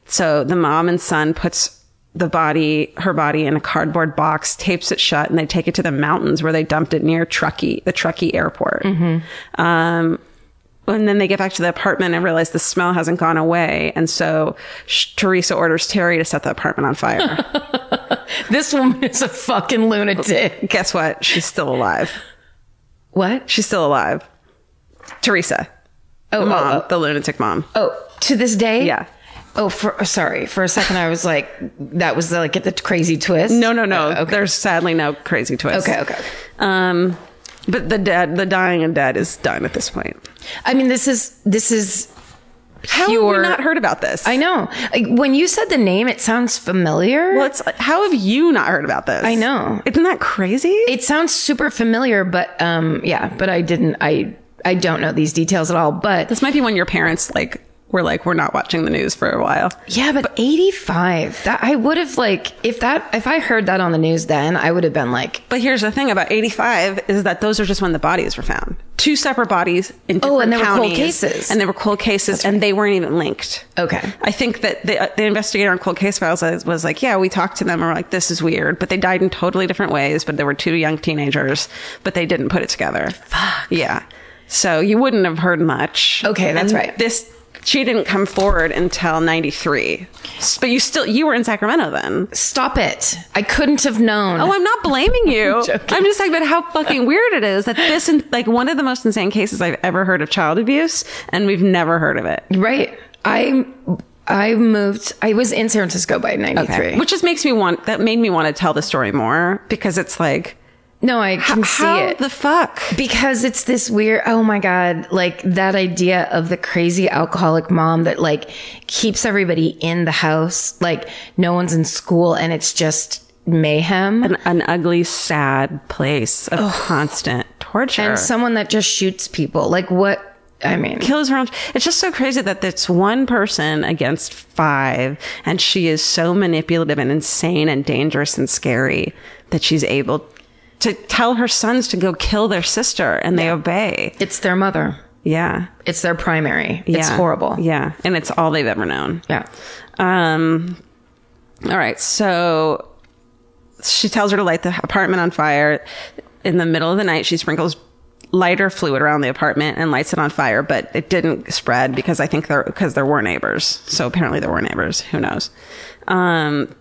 S2: So the mom and son puts the body, her body, in a cardboard box, tapes it shut, and they take it to the mountains where they dumped it near Truckee, the Truckee airport. Um, and then they get back to the apartment and realize the smell hasn't gone away. And so sh- Teresa orders Terry to set the apartment on fire.
S3: This woman is a fucking lunatic.
S2: Guess what? She's still alive.
S3: What?
S2: She's still alive. Teresa. Oh, mom, the lunatic mom.
S3: Oh, to this day?
S2: Yeah.
S3: Oh, for, sorry. For a second, I was like, that was the, like the crazy twist.
S2: No, no, no.
S3: Oh, okay.
S2: There's sadly no crazy twist.
S3: Okay, okay.
S2: Um, but the dead, the dying and dead is done at this point.
S3: I mean, this is this is
S5: How have
S3: pure-
S5: we not heard about this?
S3: I know. Like, when you said the name, it sounds familiar.
S2: Well, it's how have you not heard about this?
S3: I know.
S2: Isn't that crazy?
S3: It sounds super familiar, but um, yeah, but I didn't. I I don't know these details at all. But
S2: this might be when your parents like were like, we're not watching the news for a while.
S3: yeah, but eighty five. That I would have like if that if I heard that on the news then I would have been like,
S2: But here's the thing about 85 is that those are just when the bodies were found. Two separate bodies in different
S3: Oh, and they were cold
S2: counties,
S3: cases. Oh,
S2: and they were cold cases, and they weren't even linked.
S3: okay,
S2: I think that the, uh, the investigator on cold case files was, was like, yeah, we talked to them, and we're like, this is weird, but they died in totally different ways. But they were two young teenagers, but they didn't put it together. Fuck. Yeah. So you wouldn't have heard much.
S3: Okay, that's
S2: And
S3: right.
S2: This she didn't come forward until '93, but you still you were in Sacramento then.
S3: stop it. I couldn't have known.
S2: Oh, I'm not blaming you. I'm, just talking about how fucking weird it is that this, in, like, one of the most insane cases I've ever heard of child abuse, and we've never heard of it.
S3: right. I I moved. I was in San Francisco by ninety three.
S2: Which just makes me want, that made me want to tell the story more because it's like,
S3: No, I can see
S2: how
S3: it.
S2: the fuck?
S3: because it's this weird oh my god like that idea of the crazy alcoholic mom that like keeps everybody in the house like no one's in school and it's just mayhem and,
S2: An, an ugly, sad place of constant torture.
S3: someone that just shoots people like what i mean
S2: kills her own. It's just so crazy that it's one person against five, and she is so manipulative and insane and dangerous and scary that she's able to tell her sons to go kill their sister, and they obey.
S3: it's their mother
S2: Yeah,
S3: it's their primary it's
S2: Yeah.
S3: horrible
S2: Yeah, and it's all they've ever known.
S3: yeah
S2: Um, all right. So she tells her to light the apartment on fire. In the middle of the night, she sprinkles lighter fluid around the apartment and lights it on fire, but it didn't spread because I think there because there were neighbors. So apparently there were neighbors. Who knows? Um,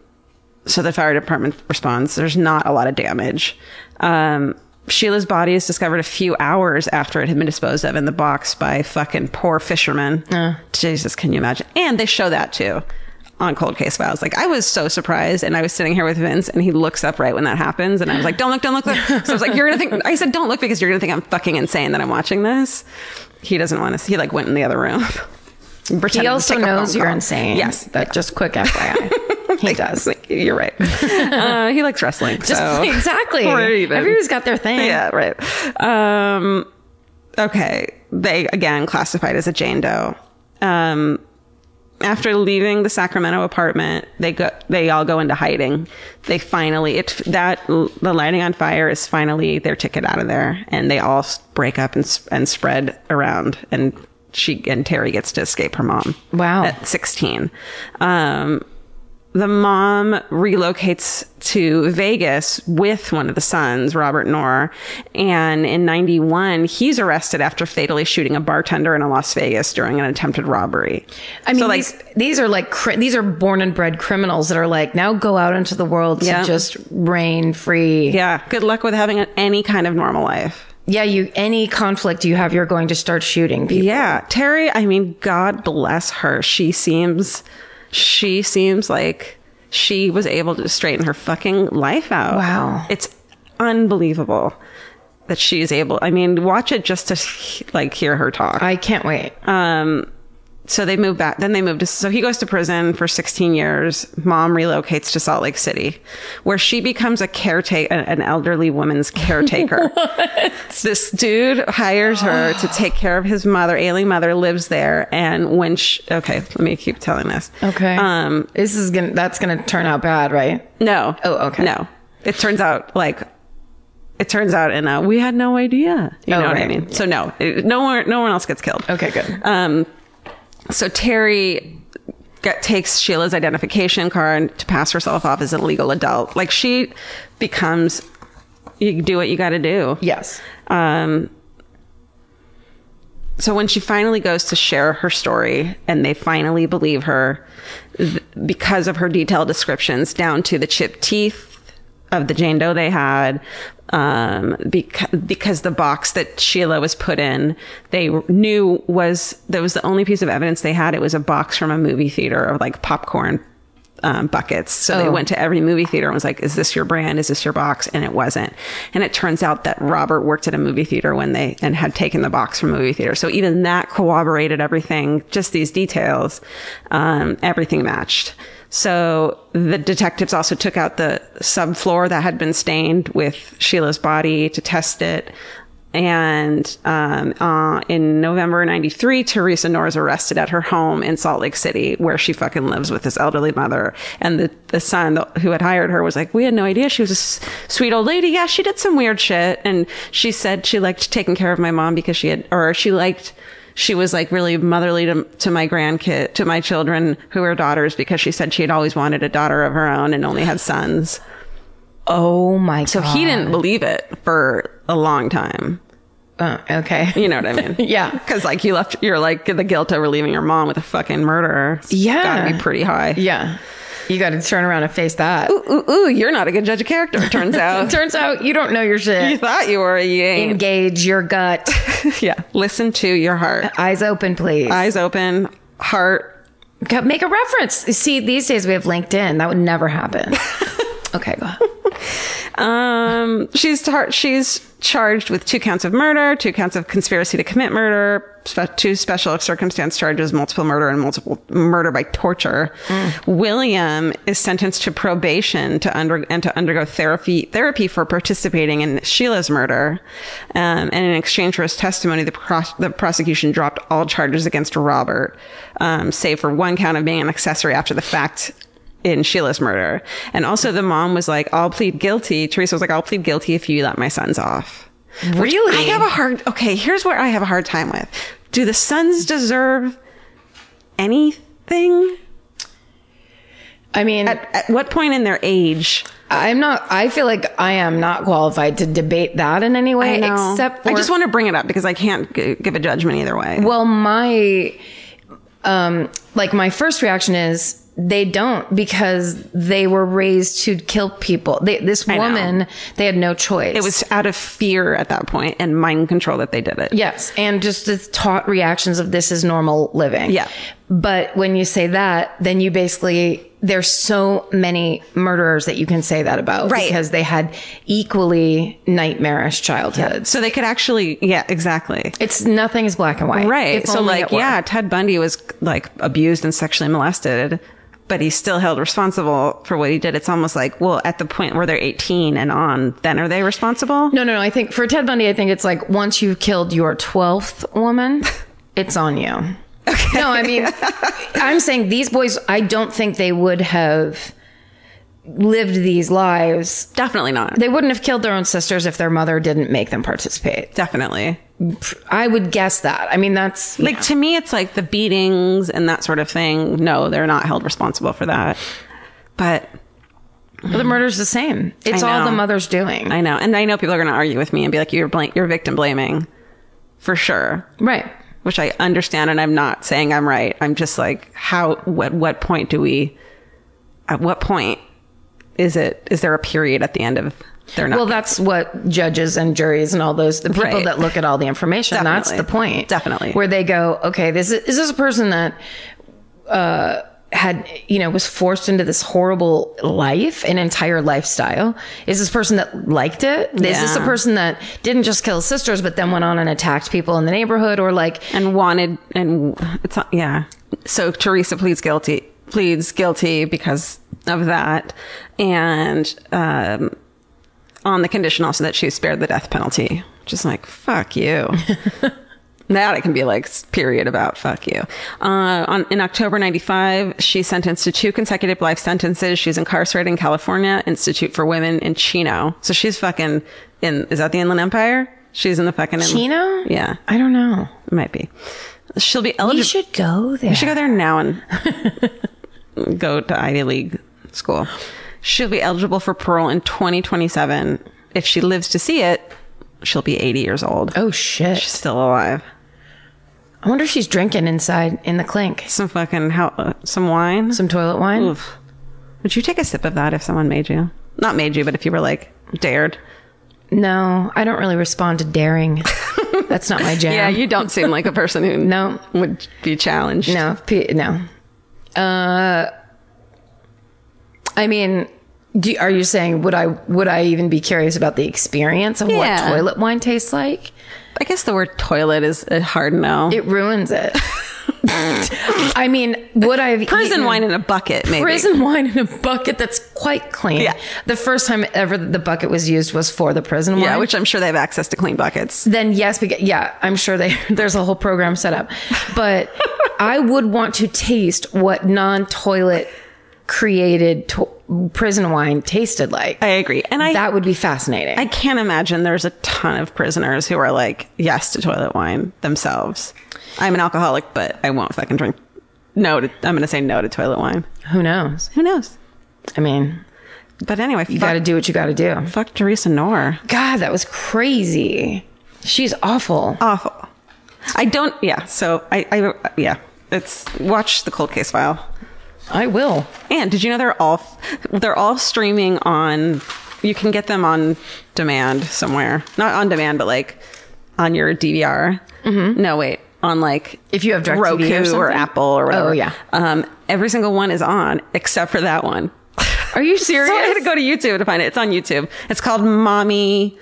S2: so the fire department responds. There's not a lot of damage. Um, Sheila's body is discovered a few hours after it had been disposed of in the box by fucking poor fishermen. Jesus, can you imagine? And they show that too on cold case files. Like I was so surprised, and I was sitting here with Vince, and he looks up right when that happens, and I was like, "Don't look, don't look." look." So I was like, "You're gonna think." I said, "Don't look," because you're gonna think I'm fucking insane that I'm watching this. He doesn't want to. see. He like went in the other room.
S3: he also knows you're insane
S2: Yes,
S3: that just quick fyi he does
S2: Like, You're right. uh, he likes wrestling.
S3: just
S2: so.
S3: exactly
S2: We're even.
S3: everybody's got their thing
S2: Yeah, right. Um, okay. They again classified as a Jane Doe. Um, after leaving the Sacramento apartment, they go. They all go into hiding. They finally it that the lighting on fire is finally their ticket out of there, and they all s- break up and s- and spread around. And she and Terry gets to escape her mom.
S3: Wow.
S2: at sixteen. Um, the mom relocates to Vegas with one of the sons, Robert Knorr. And in 91, he's arrested after fatally shooting a bartender in a Las Vegas during an attempted robbery.
S3: I mean,
S2: So, like-
S3: these, these are like cri- these are born and bred criminals that are like now go out into the world
S2: Yeah.
S3: to just reign free.
S2: Yeah, good luck with having any kind of normal life.
S3: Yeah, you any conflict you have, you're going to start shooting people.
S2: Yeah, Terry, I mean, God bless her. She seems she seems like she was able to straighten her fucking life out.
S3: Wow.
S2: It's unbelievable that she is able. I mean, watch it just to he- like hear her talk.
S3: I can't wait.
S2: Um so they moved back. Then they moved to. So he goes to prison for 16 years. Mom relocates to Salt Lake City, where she becomes a caretaker, an elderly woman's caretaker. this dude hires her to take care of his mother, ailing mother, lives there. And when she, okay, let me keep telling this.
S3: okay.
S2: Um,
S3: this is gonna that's gonna turn out bad, right?
S2: no.
S3: Oh, okay.
S2: No. It turns out like it turns out and uh, we had no idea. You
S3: Oh,
S2: know what I
S3: right.
S2: mean? So no, it- no one no one else gets killed.
S3: Okay, good.
S2: Um so Terry get, takes Sheila's identification card to pass herself off as a legal adult. Like she becomes you do what you got to do.
S3: yes.
S2: Um, so when she finally goes to share her story and they finally believe her th- because of her detailed descriptions down to the chipped teeth of the Jane Doe they had, um, because, because the box that Sheila was put in, they knew was, that was the only piece of evidence they had. It was a box from a movie theater of like popcorn um, buckets. So they went to every movie theater and was like, "Is this your brand? Is this your box?" And it wasn't. And it turns out that Robert worked at a movie theater when they and had taken the box from a movie theater. So even that corroborated everything. Just these details, um, everything matched. So the detectives also took out the subfloor that had been stained with Sheila's body to test it. And um, uh, in November '93, Teresa Norris arrested at her home in Salt Lake City, where she fucking lives with this elderly mother. And the, the son who had hired her was like, "We had no idea she was a s- sweet old lady. Yeah, she did some weird shit." And she said she liked taking care of my mom because she had, or she liked she was like really motherly to, to my grandkid, to my children who were daughters because she said she had always wanted a daughter of her own and only had sons.
S3: Oh my
S2: So
S3: god.
S2: he didn't believe it for a long time.
S3: Uh, okay.
S2: You know what I mean?
S3: Yeah.
S2: Cause like you left, you're like the guilt over leaving your mom with a fucking murderer. It's
S3: Yeah.
S2: Gotta be pretty high.
S3: Yeah. You got to turn around and face that.
S2: Ooh, ooh, you're not a good judge of character, it turns out.
S3: Turns out you don't know your
S2: you
S3: shit.
S2: thought you were, you ain't.
S3: Engage your gut.
S2: Yeah. Listen to your heart.
S3: Eyes open, please.
S2: Eyes open, heart
S3: Go- Make a reference. See, these days we have LinkedIn. That would never happen. okay, go ahead.
S2: Um, she's tar- she's charged with two counts of murder, two counts of conspiracy to commit murder, spe- two special circumstance charges, multiple murder and multiple murder by torture. William is sentenced to probation to under and to undergo therapy therapy for participating in Sheila's murder. Um, and in exchange for his testimony, the pros- the prosecution dropped all charges against Robert, um, save for one count of being an accessory after the fact in Sheila's murder. And also the mom was like, I'll plead guilty. Teresa was like, I'll plead guilty if you let my sons off.
S3: Really?
S2: I have a hard, okay, here's where I have a hard time with. Do the sons deserve anything?
S3: I mean,
S2: At, at what point in their age?
S3: I'm not, I feel like I am not qualified to debate that in any way,
S2: No.
S3: except for.
S2: I just want to bring it up because I can't g- give a judgment either way.
S3: Well, my, um, like my first reaction is they don't because they were raised to kill people. They, this
S2: know.
S3: woman, they had no choice.
S2: it was out of fear at that point and mind control that they did it.
S3: Yes, and just the taught reactions of this is normal living.
S2: Yeah.
S3: But when you say that, then you basically there's so many murderers that you can say that about,
S2: Right.
S3: Because they had equally nightmarish childhoods.
S2: So they could actually, yeah, exactly.
S3: It's nothing is black and white,
S2: Right.
S3: If
S2: so
S3: only
S2: like
S3: it were.
S2: yeah, Ted Bundy was like abused and sexually molested, but he's still held responsible for what he did. It's almost like, well, at the point where they're 18 and on, then are they responsible?
S3: No, no, no. I think for Ted Bundy, I think it's like once you've killed your twelfth woman, it's on you. Okay. No, I mean, I'm saying these boys. I don't think they would have lived these lives
S2: Definitely not.
S3: They wouldn't have killed their own sisters if their mother didn't make them participate.
S2: Definitely.
S3: I would guess that. I mean, that's
S2: Like to me it's like the beatings and that sort of thing. No, they're not held responsible for that. But
S3: the murder's the same. It's
S2: Mm-hmm. I
S3: all the
S2: know.
S3: mother's doing.
S2: I know. And I know people are going to argue with me and be like you're bl- you're victim blaming for sure.
S3: right.
S2: which I understand, and I'm not saying I'm right. I'm just like, how? What? What point do we? At what point is it? Is there a period at the end of? They're not.
S3: Well, that's what judges and juries and all those the people
S2: Right.
S3: that look at all the information. That's
S2: Definitely.
S3: the point.
S2: Definitely.
S3: Where they go, okay, this is, is this a person that uh, had you know was forced into this horrible life, an entire lifestyle? Is this person that liked it? Is this a
S2: Yeah.
S3: person that didn't just kill sisters but then went on and attacked people in the neighborhood or like
S2: and wanted, and it's not- yeah. So Teresa pleads guilty. Pleads guilty because of that, and um, on the condition also that she was spared the death penalty. Just like fuck you. That I can be like, s- period about, fuck you. Uh, on, in October 95, she's sentenced to two consecutive life sentences. She's incarcerated in California Institute for Women in Chino. So she's fucking in, is that the Inland Empire? She's in the fucking Inland-
S3: Chino?
S2: Yeah,
S3: I don't know.
S2: it might be. She'll be eligible.
S3: You should go there.
S2: You should go there now and go to Ivy League school. She'll be eligible for parole in 2027. If she lives to see it, she'll be 80 years old.
S3: Oh shit!
S2: She's still alive.
S3: I wonder if she's drinking inside in the clink
S2: some fucking how uh, some wine.
S3: some toilet wine.
S2: Oof. Would you take a sip of that if someone made you? Not made you, but if you were like dared.
S3: No, I don't really respond to daring. That's not my jam.
S2: don't seem like a person who
S3: No.
S2: would be challenged.
S3: No, p- no. Uh, I mean, do, are you saying would I would I even be curious about the experience of
S2: Yeah.
S3: what toilet wine tastes like?
S2: I guess the word toilet is a hard no.
S3: It ruins it. I mean, would I have
S2: Prison
S3: eaten-
S2: wine in a bucket, maybe.
S3: prison wine in a bucket that's quite clean?
S2: Yeah.
S3: The first time ever that the bucket was used was for the prison wine.
S2: Yeah, which I'm sure they have access to clean buckets.
S3: then yes, because, yeah, I'm sure they there's a whole program set up. But I would want to taste what non-toilet created to- prison wine tasted like.
S2: I agree. And I
S3: that would be fascinating.
S2: I can't imagine there's a ton of prisoners who are like, yes to toilet wine themselves. I'm an alcoholic, but I won't fucking drink. No, to, I'm going to say no to toilet wine.
S3: Who knows?
S2: Who knows?
S3: I mean,
S2: But anyway,
S3: you
S2: fuck,
S3: got to do what you got to do.
S2: fuck Teresa Knorr.
S3: God, that was crazy. She's awful.
S2: Awful. I don't, yeah, so I, I, yeah, it's watch the cold case file.
S3: I will.
S2: And did you know they're all they're all streaming on you can get them on demand somewhere. Not on demand, but like on your DVR. No, wait. On like
S3: Mm-hmm. If you have DirecTV or
S2: Roku
S3: something?
S2: Apple or whatever.
S3: Oh, yeah.
S2: Um, every single one is on except for that one.
S3: Are you
S2: So I had
S3: serious?
S2: to go to YouTube to find it. It's on YouTube. It's called Mommy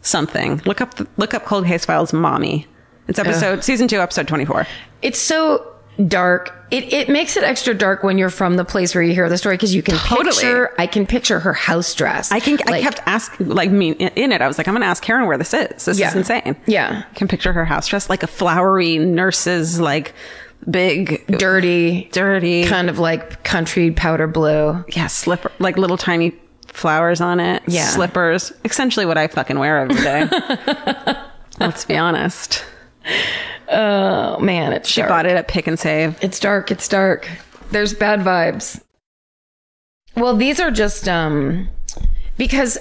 S2: something. Look up the, look up Cold Case Files Mommy. It's episode season two, episode twenty four.
S3: it's so dark. It it makes it extra dark when you're from the place where you hear the story because you can
S2: Totally.
S3: picture. I can picture her house dress.
S2: I can. I
S3: Like,
S2: kept asking, like me in it. I was like, I'm gonna ask Karen where this is. This
S3: Yeah.
S2: is insane.
S3: Yeah.
S2: I can picture her house dressed like a flowery nurse's, like big,
S3: dirty,
S2: dirty,
S3: kind of like country powder blue.
S2: yeah, slipper, like little tiny flowers on it.
S3: Yeah.
S2: slippers. Essentially, what I fucking wear every day. Let's be honest.
S3: Oh man, it's
S2: She
S3: dark.
S2: bought it at Pick and Save.
S3: It's dark. It's dark. There's bad vibes. Well, these are just um because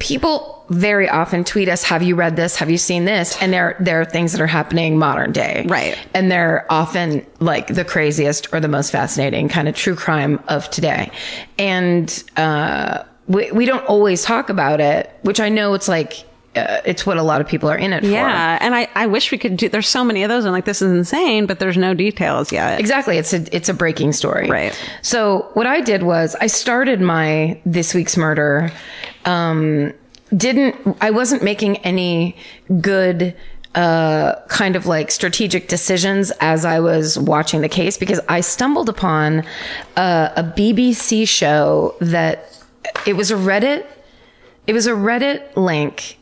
S3: people very often tweet us, "Have you read this? Have you seen this?" And there there are things that are happening modern day,
S2: Right.
S3: And they're often like the craziest or the most fascinating kind of true crime of today, and uh, we we don't always talk about it, which I know it's like uh, it's what a lot of people are in it for.
S2: Yeah, and I, I wish we could do. There's so many of those. I'm like, this is insane, but there's no details yet.
S3: Exactly. It's a it's a breaking story.
S2: Right.
S3: So what I did was I started my this week's murder. Um, didn't I wasn't making any good uh kind of like strategic decisions as I was watching the case because I stumbled upon uh, a BBC show that it was a Reddit it was a Reddit link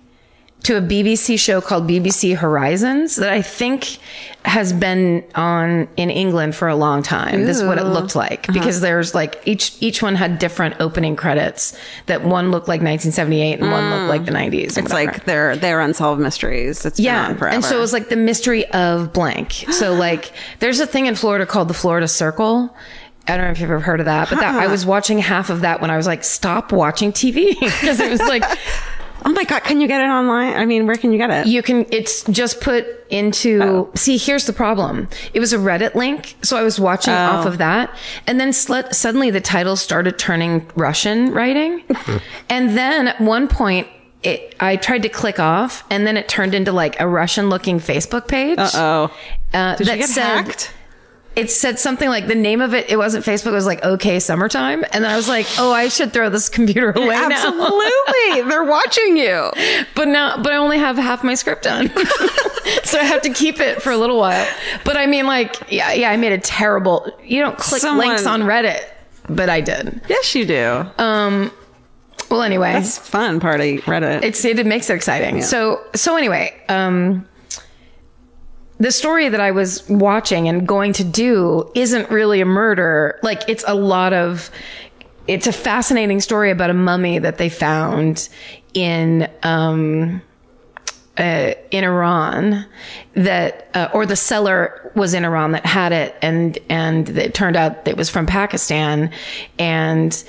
S3: to a BBC show called BBC Horizons that I think has been on in England for a long time. This is what it looked like
S2: Uh-huh.
S3: because there's like each each one had different opening credits that one looked like 1978 and one looked like the 90s.
S2: Mm. It's like they're they're unsolved mysteries. It's yeah,
S3: yeah, and so it was like the mystery of blank. So like there's a thing in Florida called the Florida Circle. I don't know if you've ever heard of that, but that I was watching half of that when I was like, stop watching TV because it was like
S2: Oh my god, can you get it online? I mean, where can you get it?
S3: you can it's just put into
S2: Oh.
S3: see here's the problem it was a reddit link so i was watching off
S2: Oh.
S3: of that and then sl- suddenly the title started turning russian writing and then at one point it, I tried to click off, and then it turned into like a Russian-looking Facebook page.
S2: oh,
S3: Uh,
S2: did
S3: that
S2: you get
S3: said,
S2: hacked?
S3: It said something like the name of it. It wasn't Facebook. It was like OK Summertime, and then I was like, oh, I should throw this computer away now.
S2: Absolutely, they're watching you.
S3: But now, but I only have half my script done. so I have to keep it for a little while. But I mean, like, yeah, yeah, I made a terrible, you don't click
S2: Someone-
S3: links on Reddit, but I did.
S2: Yes, you do.
S3: Um, well, anyway,
S2: That's fun party Reddit.
S3: it's, Uh-huh. it makes it exciting. So, so anyway, um, the story that I was watching and going to do isn't really a murder. Like, it's a lot of, it's a fascinating story about a mummy that they found in, um, uh, in Iran that, uh, or the seller was in Iran that had it, and and it turned out that it was from Pakistan, and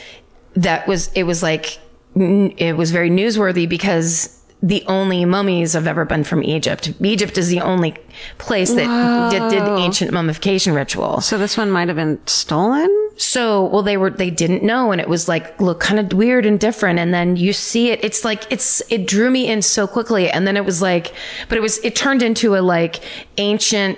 S3: that was it was like n- it was very newsworthy because the only mummies have ever been from Egypt. Egypt is the only place that that did ancient mummification rituals.
S2: so this one might have been stolen.
S3: So, well, they were, they didn't know. And it was like, look, kind of weird and different. And then you see it, it's like, it's, it drew me in so quickly. And then it was like, but it was, it turned into a like ancient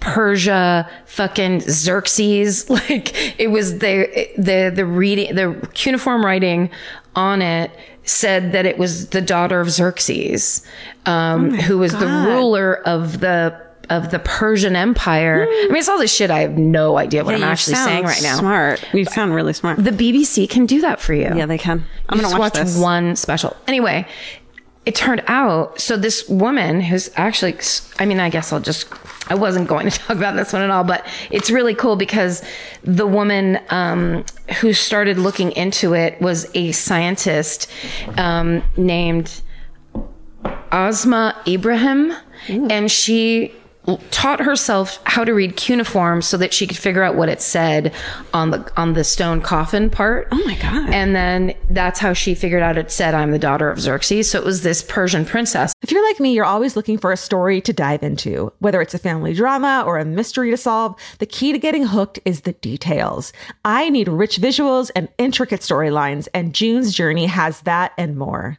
S3: Persia, fucking Xerxes. Like it was the the the reading the cuneiform writing on it said that it was the daughter of Xerxes,
S2: Oh
S3: um, who was the ruler of the of the Persian Empire. I mean, it's all this shit. I have no idea what I'm
S2: You
S3: actually
S2: sound
S3: saying right now.
S2: Smart. You sound really smart.
S3: The BBC can do that for you.
S2: yeah, they can. I'm
S3: You
S2: gonna
S3: just
S2: watch, this.
S3: one special. Anyway, it turned out so this woman who's actually, I mean, I guess I'll just, I wasn't going to talk about this one at all, but it's really cool because the woman um, who started looking into it was a scientist um, named Ozma Ibrahim, and she l- taught herself how to read cuneiform so that she could figure out what it said on the on the stone coffin part. Oh
S2: my God.
S3: And then that's how she figured out it said I'm the daughter of Xerxes. So it was this Persian princess.
S5: If you're like me, you're always looking for a story to dive into. Whether it's a family drama or a mystery to solve, the key to getting hooked is the details. I need rich visuals and intricate storylines, and June's Journey has that and more.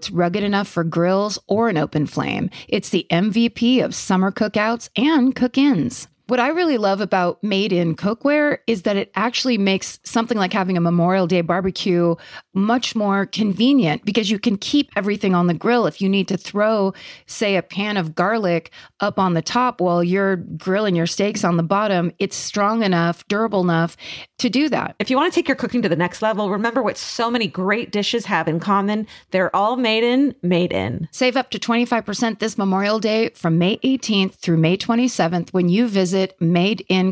S1: rugged enough for grills or an open flame. It's the MVP of summer cookouts and cook ins. What I really love about made in cookware is that it actually makes something like having a Memorial Day barbecue much more convenient because you can keep everything on the grill. If you need to throw, say, a pan of garlic up on the top while you're grilling your steaks on the bottom, it's strong enough, durable enough to do that.
S5: If you want to take your cooking to the next level, remember what so many great dishes have in common. They're all made in, made in.
S1: Save up to 25% this Memorial Day from May 18th through May 27th when you visit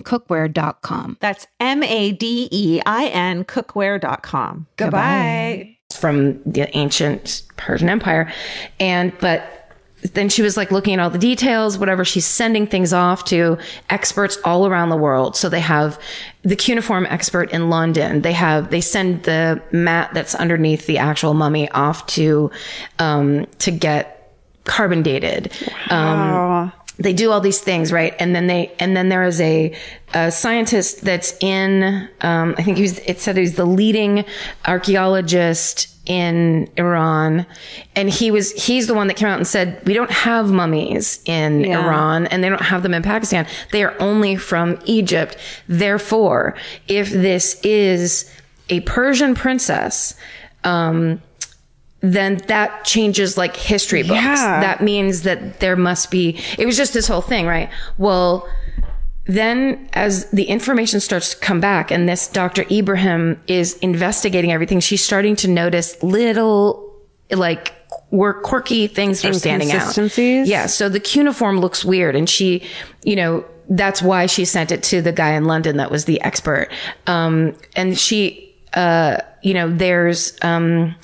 S1: madeincookware.com.
S5: That's M A D E I N cookware.com.
S1: Goodbye.
S3: from the ancient Persian Empire. And, but then she was like looking at all the details, whatever. She's sending things off to experts all around the world. So they have the cuneiform expert in London. They have, they send the mat that's underneath the actual mummy off to, um, to get carbon dated. Um, they do all these things, right? And then they, and then there is a, a scientist that's in, um, I think he was, it said he was the leading archaeologist in Iran. And he was, he's the one that came out and said, we don't have mummies in Iran and they don't have them in Pakistan. They are only from Egypt. Therefore, if this is a Persian princess, um, then that changes like history books. That means that there must be, it was just this whole thing, right? Well, then as the information starts to come back and this Dr. Ibrahim is investigating everything, she's starting to notice little like were quirky things that are standing out.
S2: Inconsistencies?
S3: Yeah. So the cuneiform looks weird and she, you know, that's why she sent it to the guy in London that was the expert. Um, and she, uh, you know, there's, um,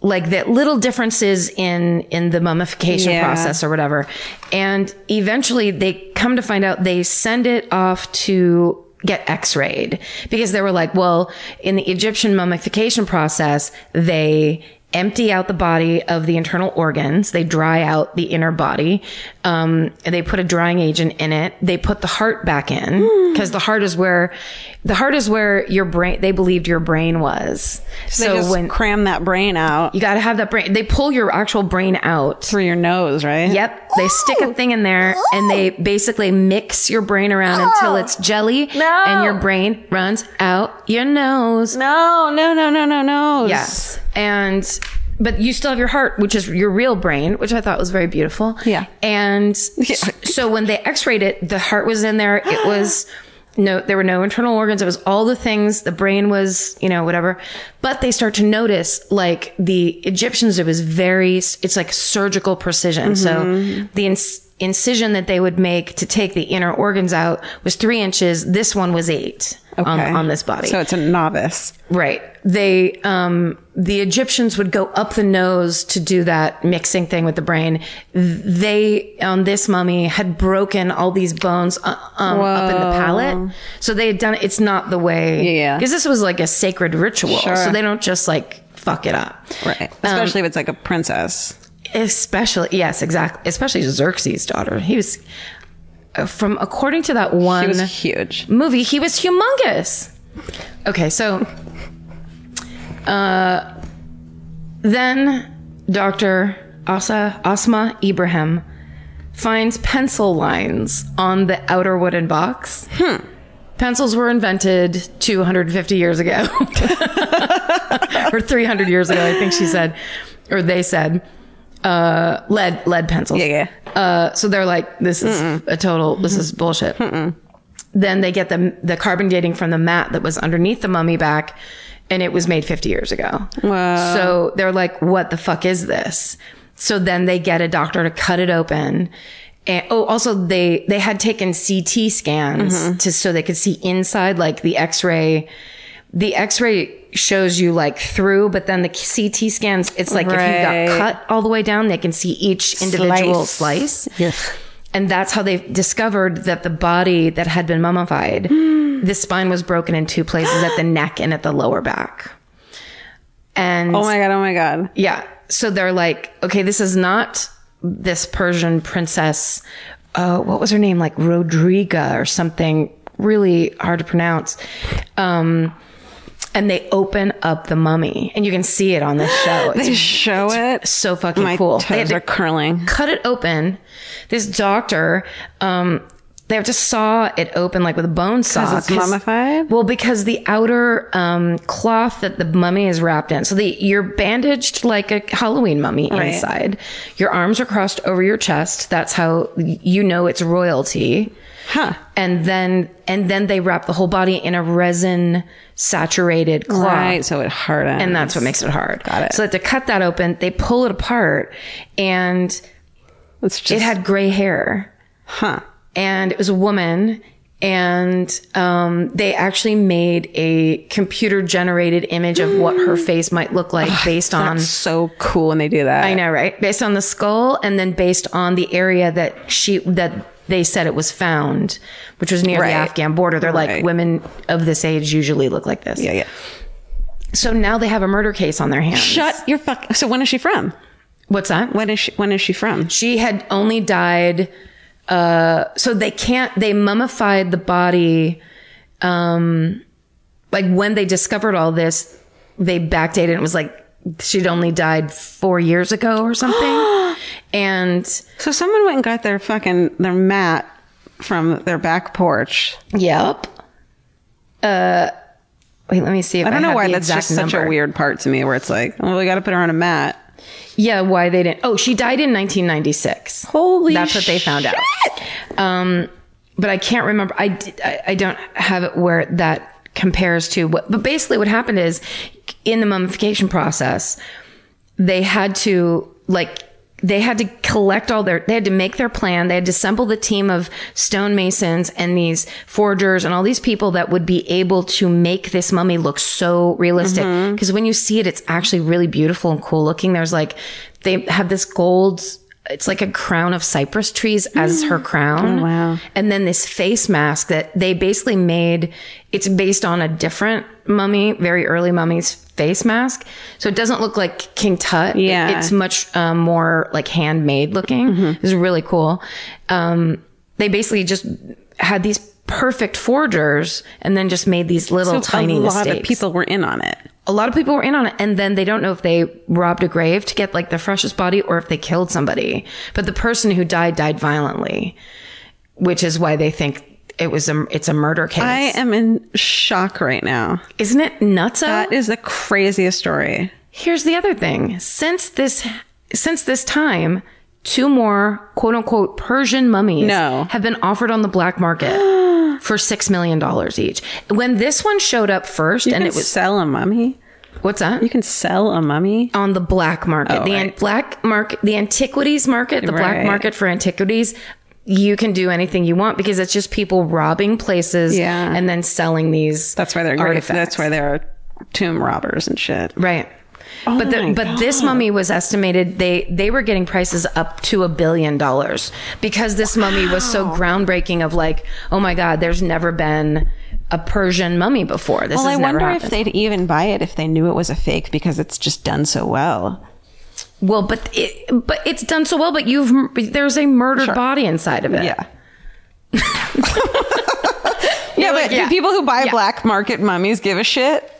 S3: like that little differences in in the mummification process or whatever and eventually they come to find out they send it off to get x-rayed because they were like, well, in the Egyptian mummification process, they empty out the body of the internal organs. They dry out the inner body. Um, and they put a drying agent in it. They put the heart back
S6: Hmm.
S3: in because the heart is where the heart is where your brain, they believed your brain was.
S6: They
S3: So
S6: just
S3: when
S6: cram that brain out
S3: you got to have that brain, they pull your actual brain out.
S6: through your nose, right?
S3: Yep. They stick a thing in there and they basically mix your brain around until it's jelly and your brain runs out your nose.
S6: No, no, no, no, no, no.
S3: Yes. And but you still have your heart, which is your real brain, which I thought was very beautiful.
S6: Yeah.
S3: And s- so when they x-rayed it, the heart was in there. It was no there were no internal organs. It was all the things. The brain was, you know, whatever. But they start to notice like the Egyptians it was very s- it's like surgical precision.
S6: Mm-hmm.
S3: So the inc- incision that they would make to take the inner organs out was 3 inches. This one was 8 on,
S6: Okay.
S3: on this body.
S6: So it's a novice.
S3: Right. They, um, the Egyptians would go up the nose to do that mixing thing with the brain. Th- They, on this mummy, had broken all these bones uh, um, up in the palate. So they had done it. It's not the way.
S6: Yeah.
S3: Because this was like a sacred ritual. So they don't just like fuck it up.
S6: Right.
S3: Um,
S6: Especially if it's like a princess.
S3: Especially, yes, exactly. Especially Xerxes' daughter. He was, uh, from according to that one
S6: She was huge.
S3: movie, he was humongous. Okay, so uh, then Dr. Asa, Asma Ibrahim finds pencil lines on the outer wooden box. Hmm. Pencils were invented 250 years ago, or 300 years ago, I think she said, or they said. Uh, lead lead pencils.
S6: yeah.
S3: Uh, so they're like, this is a total, this is bullshit then they get the the carbon dating from the mat that was underneath the mummy back and it was made 50 years ago. Wow. So they're like what the fuck is this? So then they get a doctor to cut it open. And, oh, also they they had taken CT scans to so they could see inside like the x-ray the x-ray shows you like through but then the CT scans it's like if you
S6: Right.
S3: got cut all the way down they can see each individual slice.
S6: Yes.
S3: And that's how they discovered that the body that had been mummified, the spine was broken in two places at the neck and at the lower back. And
S6: Oh my god, oh my god.
S3: yeah, so they're like, okay, this is not this Persian princess. Uh, what was her name? Like Rodriga or something really hard to pronounce. Um, and they open up the mummy and you can see it on this show. It's
S6: They show it.
S3: so fucking
S6: my
S3: cool. They
S6: toes
S3: had to
S6: are curling.
S3: cut it open. This doctor, um, they have to saw it open like with a bone saw.
S6: 'Cause it's mummified?
S3: Well, because the outer um, cloth that the mummy is wrapped in. So the, you're bandaged like a Halloween mummy inside. Your arms are crossed over your chest. That's how you know it's royalty.
S6: Huh.
S3: And then and then they wrap the whole body in a resin saturated cloth.
S6: Right. So it hardens.
S3: And uh, that's what makes it hard. Got it. So they have to cut that open. They pull it apart and
S6: it's just
S3: it had gray hair
S6: huh.
S3: and it was a woman and um, they actually made a computer generated image of what
S6: Mm.
S3: her face might look like based on
S6: So cool when they do that.
S3: i know right based on the skull and then based on the area that she that they said it was found which was near
S6: Right.
S3: the afghan border they're
S6: Right.
S3: like women of this age usually look like this
S6: Yeah, yeah.
S3: so now they have a murder case on their hands
S6: Shut your fuck. So when is she from?
S3: what's that
S6: When is she? When is she from?
S3: she had only died uh so they can't they mummified the body um like when they discovered all this they backdated it and was like she'd only died four years ago or something and
S6: So someone went and got their fucking their mat from their back porch.
S3: yep uh wait let me see if i
S6: I don't know
S3: have
S6: why
S3: the
S6: that's
S3: exact
S6: just such a
S3: number.
S6: weird part to me, where it's like, well, we got to put her on a mat.
S3: yeah why they didn't oh she died in 1996
S6: Holy,
S3: that's what they found out. Um, but I can't remember. I, did- I I don't have it where that compares to what. But basically, what happened is in the mummification process, they had to like they had to collect all their they had to make their plan they had to assemble the team of stonemasons and these forgers and all these people that would be able to make this mummy look so realistic because when you see it it's actually really beautiful and cool looking there's like they have this gold it's like a crown of cypress trees as
S2: Mm.
S3: her
S2: Oh,
S3: crown. wow. And then this face mask that they basically made it's based on a different mummy, very early mummy's face mask. So it doesn't look like King Tut.
S2: Yeah. Mm-hmm.
S3: It- it's much uh, more like handmade looking. It's really cool. Um, they basically just had these perfect forgers and then just made these little tiny
S2: a lot
S3: mistakes
S2: of people were in on it.
S3: a lot of people were in on it and then they don't know if they robbed a grave to get like the freshest body or if they killed somebody but the person who died died violently which is why they think it was a it's a murder case
S2: I am in shock right now.
S3: isn't it nuts
S2: That is the craziest story.
S3: here's the other thing since this since this time two more quote unquote persian mummies
S2: No.
S3: have been offered on the black market for six million dollars each when this one showed up first and
S2: You
S3: it
S2: can
S3: was
S2: sell a mummy.
S3: what's that
S2: You can sell a mummy.
S3: on the black market. the an- black market, the antiquities market, the black
S2: Oh, Right.
S3: market for antiquities. You can do anything you want because it's just people robbing places
S2: Yeah.
S3: and then selling these.
S2: That's why they're great.
S3: artifacts.
S2: That's why they're tomb robbers and shit.
S3: right.
S2: Oh
S3: but the, but this mummy was estimated they they were getting prices up to a billion dollars because this mummy was so groundbreaking of like oh my god there's never been a Persian mummy before this
S2: Well, I
S3: has never
S2: wonder if
S3: happened.
S2: they'd even buy it if they knew it was a fake because it's just done so well.
S3: well but it, but it's done so well but you've there's a murdered body inside of it
S2: Yeah. yeah, but
S3: yeah.
S2: do people who buy
S3: Yeah.
S2: black market mummies give a shit?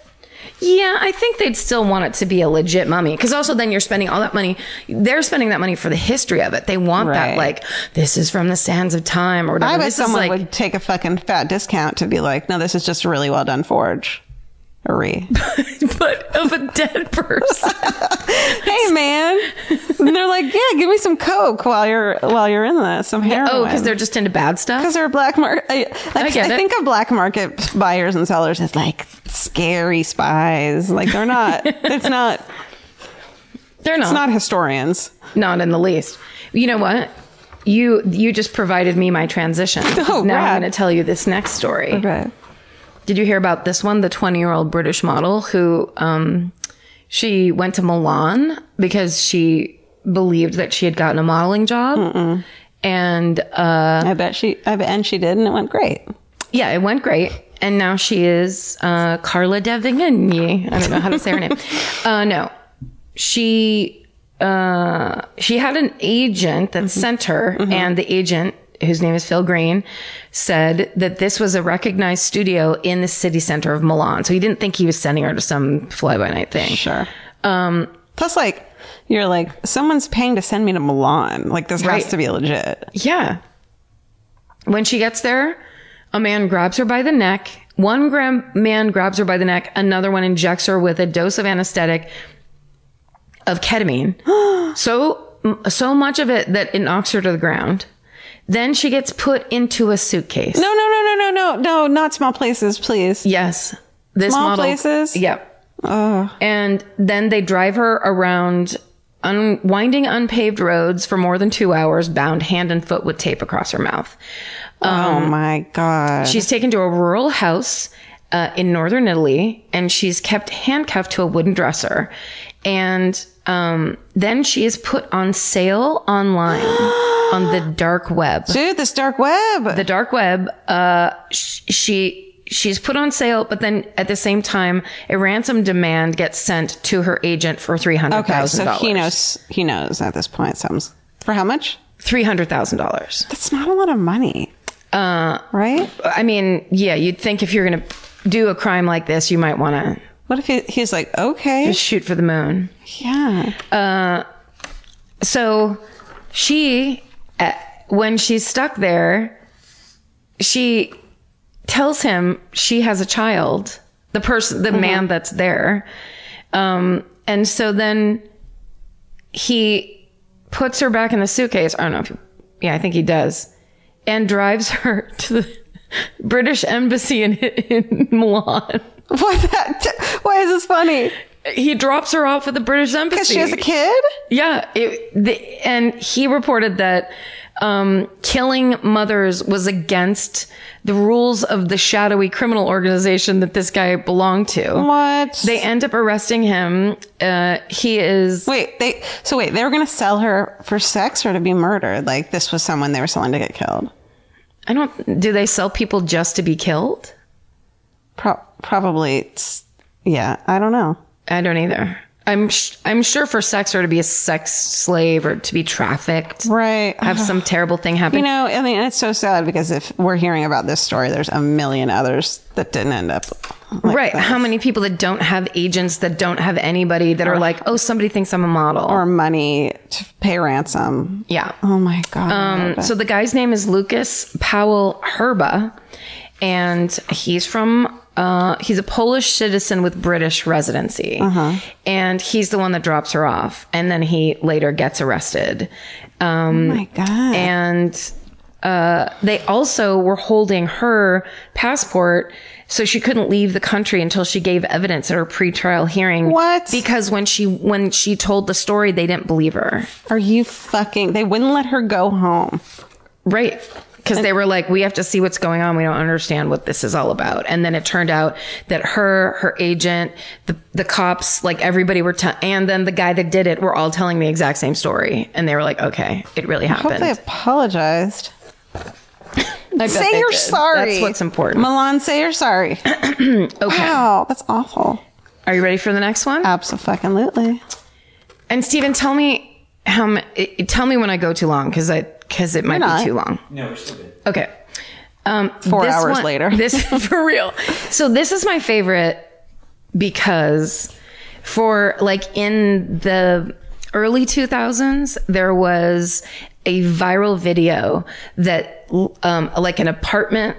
S3: Yeah, I think they'd still want it to be a legit mummy because also then you're spending all that money. They're spending that money for the history of it. They want that
S2: Right.
S3: like this is from the sands of time or whatever.
S2: I bet
S3: this
S2: someone
S3: is like
S2: would take a fucking fat discount to be like, no, this is just a really well done forge. Hurry.
S3: but of a dead person.
S2: hey man. and they're like, yeah, give me some coke while you're while you're in that, some heroin.
S3: oh, because they're just into bad
S2: because
S3: stuff.
S2: they're black market. I, like, I,
S3: get it.
S2: think of black market buyers and sellers as like scary spies. Like they're not. it's not.
S3: They're
S2: It's
S3: not,
S2: not
S3: not
S2: historians.
S3: in the least. You know what? You you just provided me my transition.
S2: Oh,
S3: now
S2: rad.
S3: I'm going to tell you this next story.
S2: Okay.
S3: Did you hear about this one? The 20 year old British model who, um, she went to Milan because she believed that she had gotten a modeling job. And, uh,
S2: I bet she. I bet, and she did, and it went great.
S3: yeah, it went great. And now she is, uh, Carla Devigny. I don't know how to say her name. Uh, no, she, uh, she had an agent that sent her and the agent, whose name is Phil Green, said that this was a recognized studio in the city center of Milan. So he didn't think he was sending her to some fly by night thing.
S2: Sure. Um. Plus, like, you're like, someone's paying to send me to Milan. Like, this
S3: Right.
S2: has to be legit.
S3: Yeah. When she gets there, a man grabs her by the neck. One gram man grabs her by the neck. Another one injects her with a dose of anesthetic of ketamine. so, so much of it that it knocks her to the ground. Then she gets put into a suitcase.
S2: No, no, no, no, no, no, no. Not small places, please.
S3: Yes. This
S2: Small
S3: model.
S2: places?
S3: Yep. And then they drive her around un- winding unpaved roads for more than two hours, bound hand and foot with tape across her mouth.
S2: oh my god.
S3: She's taken to a rural house uh, in northern Italy, and she's kept handcuffed to a wooden dresser. And um, then she is put on sale online on the dark web.
S2: Dude, this dark web.
S3: The dark web. Uh, sh- she she's put on sale, but then at the same time, a ransom demand gets sent to her agent for three hundred
S2: okay,
S3: thousand
S2: so he
S3: dollars.
S2: knows. He knows at this point. Something's for how much?
S3: Three hundred thousand dollars.
S2: That's not a lot of money. Uh, right?
S3: I mean, yeah, you'd think if you're gonna do a crime like this, you might want to
S2: What if he, he's like, okay,
S3: shoot for the moon.
S2: yeah,
S3: so she uh, when she's stuck there she tells him she has a child the person the man that's there um and so then he puts her back in the suitcase i don't know if yeah i think he does and drives her to the british embassy in, in milan
S2: what? The, why is this funny?
S3: he drops her off at the british embassy
S2: Because she has a kid.
S3: yeah, it, the, and he reported that um, killing mothers was against the rules of the shadowy criminal organization that this guy belonged to.
S2: What?
S3: They end up arresting him. Uh, he is
S2: wait, they so wait, they were gonna sell her for sex or to be murdered. Like this was someone they were selling to get killed.
S3: I don't. Do they sell people just to be killed?
S2: Pro- probably, it's, yeah. I don't know.
S3: I don't either. I'm sh- I'm sure for sex or to be a sex slave or to be trafficked,
S2: Right.
S3: have some terrible thing happen.
S2: You know, I mean, it's so sad because if we're hearing about this story, there's a million others that didn't end up. like
S3: right?
S2: that.
S3: How many people that don't have agents, that don't have anybody, that are like, oh, somebody thinks I'm a model.
S2: Or money to pay ransom.
S3: yeah.
S2: Oh my god.
S3: Um, so the guy's name is Lucas Powell Herba, and he's from uh, he's a Polish citizen with British residency,
S2: Uh-huh.
S3: and he's the one that drops her off, and then he later gets arrested. Um,
S2: oh my god.
S3: and uh, they also were holding her passport so she couldn't leave the country until she gave evidence at her pretrial hearing
S2: What?
S3: because when she when she told the story they didn't believe her
S2: Are you fucking? They wouldn't let her go home.
S3: right because they were like we have to see what's going on we don't understand what this is all about and then it turned out that her her agent the the cops like everybody were te- and then the guy that did it were all telling the exact same story and they were like okay it really
S2: I hope
S3: happened
S2: they apologized. say
S3: they
S2: you're
S3: did.
S2: sorry.
S3: That's what's important.
S2: Milan, say you're sorry.
S3: okay
S2: Wow, that's awful.
S3: are you ready for the next
S2: Uh,
S3: one
S2: Absolutely.
S3: And Steven, tell me how m- i- tell me when I go too long because I because it might
S2: not.
S3: be too long.
S7: No, we're still good.
S3: Okay. Um,
S2: Four
S3: this
S2: hours
S3: one-
S2: later.
S3: This for real. So this is my favorite because for like in the early 2000s there was a viral video that um, like an apartment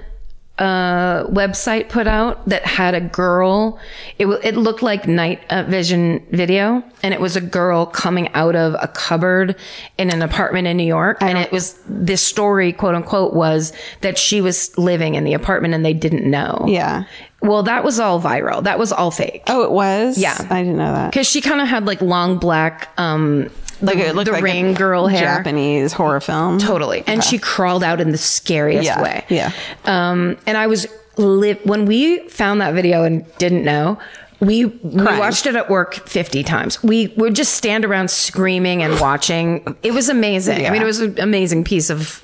S3: uh, website put out that had a girl. It w- it looked like night uh, vision video, and it was a girl coming out of a cupboard in an apartment in New York. And it was this story, quote unquote, was that she was living in the apartment and they didn't know.
S2: Yeah.
S3: Well, that was all viral. That was all fake.
S2: Oh, it was.
S3: Yeah.
S2: I didn't know that.
S3: Because she kind of had like long black, um, like
S2: it looked
S3: the
S2: like a
S3: ring girl hair.
S2: Japanese horror film.
S3: Totally. And she crawled out in the scariest
S2: Yeah.
S3: way.
S2: Yeah.
S3: Um, and I was lit when we found that video and didn't know. We, we watched it at work 50 times. We would just stand around screaming and watching. It was amazing. I mean,
S2: Yeah.
S3: it was an amazing piece of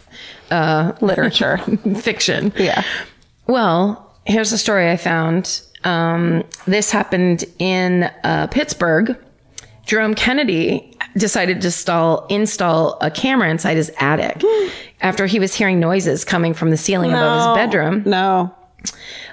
S3: uh, literature, fiction.
S2: Yeah.
S3: Well, here's a story I found. Um, this happened in uh, Pittsburgh. Jerome Kennedy decided to stall, install a camera inside his attic after he was hearing noises coming from the ceiling above his bedroom.
S2: No.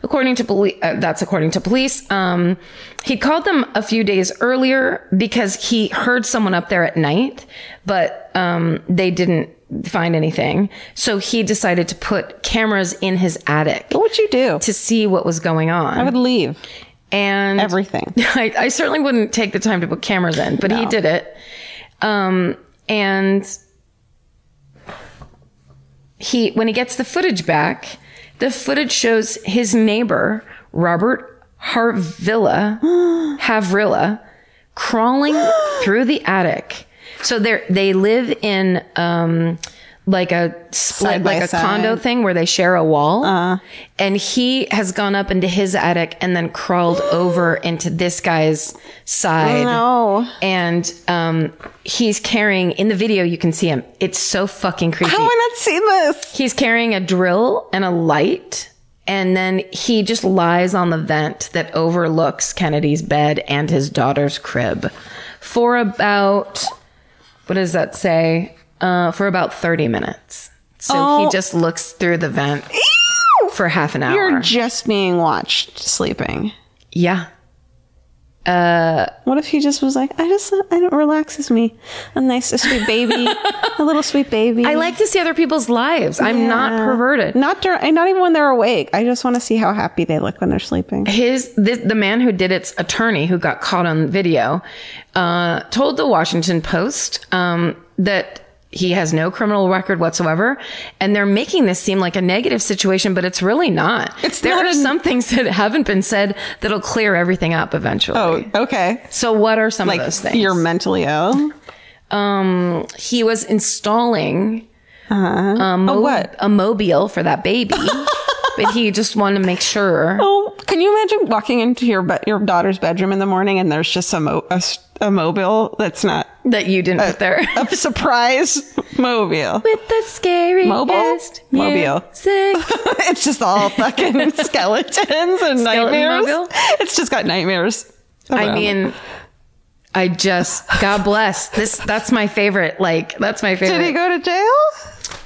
S3: According to police, uh, that's according to police. Um, he called them a few days earlier because he heard someone up there at night, but um, they didn't find anything. So he decided to put cameras in his attic
S2: What would you do?
S3: to see what was going on.
S2: I would leave
S3: and
S2: everything.
S3: I, I certainly wouldn't take the time to put cameras in, but he did it. Um, and he, when he gets the footage back, the footage shows his neighbor, Robert Harvilla, Havrilla, crawling through the attic. So they they live in, um, like a split,
S2: Side by
S3: like a
S2: side. Uh-huh.
S3: condo thing where they share a wall. And he has gone up into his attic and then crawled over into this guy's side.
S2: No.
S3: And um, he's carrying, in the video, you can see him. It's so fucking creepy.
S2: How have I not seen this?
S3: He's carrying a drill and a light. And then he just lies on the vent that overlooks Kennedy's bed and his daughter's crib for about, what does that say? Uh, for about 30 minutes. So he just looks through the vent for half an hour.
S2: You're just being watched sleeping.
S3: yeah.
S2: What if he just was like, I just, I don't relaxes me. A nice, a sweet baby, a little sweet baby.
S3: I like to see other people's lives. I'm not perverted.
S2: Not dur- and not even when they're awake. I just want to see how happy they look when they're sleeping.
S3: his this, the man who did its attorney who got caught on video uh, told the washington post um, that he has no criminal record whatsoever and they're making this seem like a negative situation but it's really not there
S2: not
S3: are
S2: a-
S3: some things that haven't been said that'll clear everything up eventually
S2: Oh, okay.
S3: so what are some of
S2: Like
S3: those things
S2: you're mentally ill.
S3: um, he was installing a, mo-
S2: Oh, what?
S3: a mobile for that baby. but he just wanted to make sure.
S2: Oh, can you imagine walking into your be- your daughter's bedroom in the morning and there's just a, mo- a, s- a mobile that's not
S3: that you didn't put there.
S2: a surprise mobile.
S3: With the scary
S2: Mobile? Mobile. it's just all fucking skeletons and nightmares.
S3: mobile?
S2: It's just got nightmares.
S3: I
S2: around.
S3: mean, I just God bless this. That's my favorite. Like that's my favorite.
S2: did he go to jail?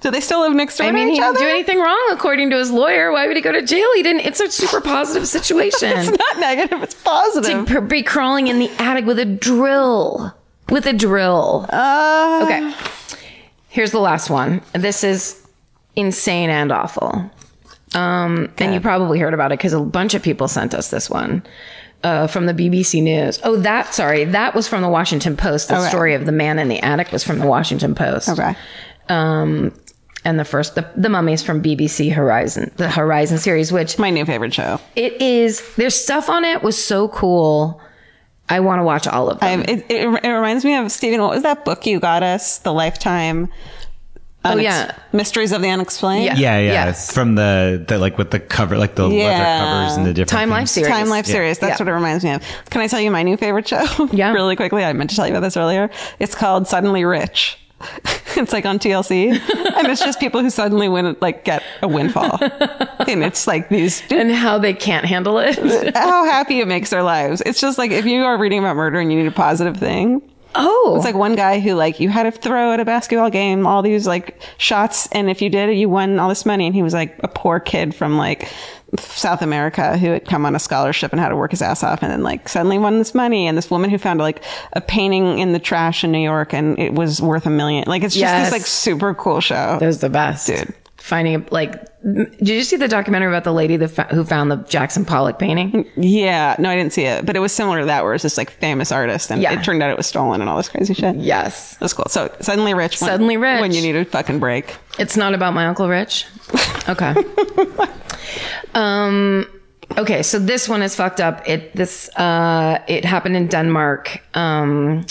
S2: Do they still live next door
S3: I mean,
S2: to
S3: he
S2: each
S3: didn't
S2: other?
S3: do anything wrong according to his lawyer. Why would he go to jail? He didn't. It's a super positive situation.
S2: it's not negative. It's positive.
S3: to be crawling in the attic with a drill. With a drill.
S2: Uh,
S3: Okay. Here's the last one. This is insane and awful. Um, and you probably heard about it because a bunch of people sent us this one uh, from the BBC News. Oh, that, sorry, that was from the Washington Post. The
S2: Okay.
S3: story of the man in the attic was from the Washington Post.
S2: Okay.
S3: Um, and the first, the, the mummies from BBC Horizon, the Horizon series, which
S2: My new favorite show.
S3: it is, their stuff on it was so cool. I want to watch all of them.
S2: I, it, it, it reminds me of Stephen. What was that book you got us? The Lifetime. Oh
S3: yeah.
S2: Mysteries of the Unexplained.
S3: Yeah.
S4: Yeah, yeah.
S3: Yes.
S4: From the, the like with the cover, like the
S2: Yeah.
S4: leather covers and the different
S3: Time Life
S4: things.
S3: series.
S2: Time Life Series. That's
S3: Yeah.
S2: what it reminds me of. Can I tell you my new favorite show?
S3: Yeah.
S2: really quickly. I meant to tell you about this earlier. It's called Suddenly Rich. it's like on TLC, and it's just people who suddenly win, like get a windfall, and it's like these.
S3: And how they can't handle it.
S2: How happy it makes their lives. It's just like if you are reading about murder and you need a positive thing,
S3: Oh,
S2: It's like one guy who like you had to throw at a basketball game all these like shots, and if you did it, you won all this money. And he was like a poor kid from like South America who had come on a scholarship and had to work his ass off, and then like suddenly won this money. And this woman who found like a painting in the trash in New York, and it was worth a million. Like it's just
S3: Yes.
S2: this like super cool show.
S3: It was the best,
S2: Dude.
S3: Finding like, m- did you see the documentary about the lady that fa- who found the Jackson Pollock painting?
S2: yeah, no, I didn't see it, but it was similar to that where it's this like famous artist, and
S3: Yeah.
S2: it turned out it was stolen and all this crazy shit.
S3: Yes,
S2: That's cool. So suddenly rich. when-
S3: Suddenly rich.
S2: when you need a fucking break.
S3: it's not about my uncle Rich. Okay. um. Okay, so this one is fucked up. It this uh it happened in Denmark. Um.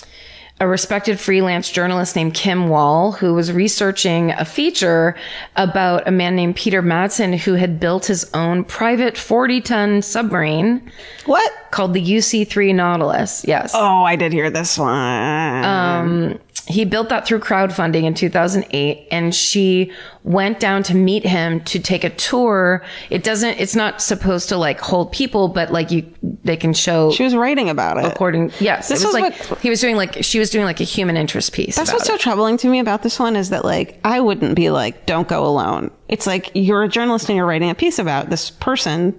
S3: A respected freelance journalist named Kim Wall, who was researching a feature about a man named Peter Madsen who had built his own private 40 ton submarine.
S2: What?
S3: called the UC3 Nautilus. Yes.
S2: Oh, I did hear this one.
S3: Um, He built that through crowdfunding in 2008 and she went down to meet him to take a tour. It doesn't it's not supposed to like hold people but like you they can show
S2: she was writing about it.
S3: according yes.
S2: This
S3: it
S2: was
S3: was like
S2: what-
S3: he was doing like she was doing like a human interest piece.
S2: That's
S3: about
S2: what's so
S3: it.
S2: troubling to me about this one is that like I wouldn't be like, don't go alone. It's like you're a journalist and you're writing a piece about this person.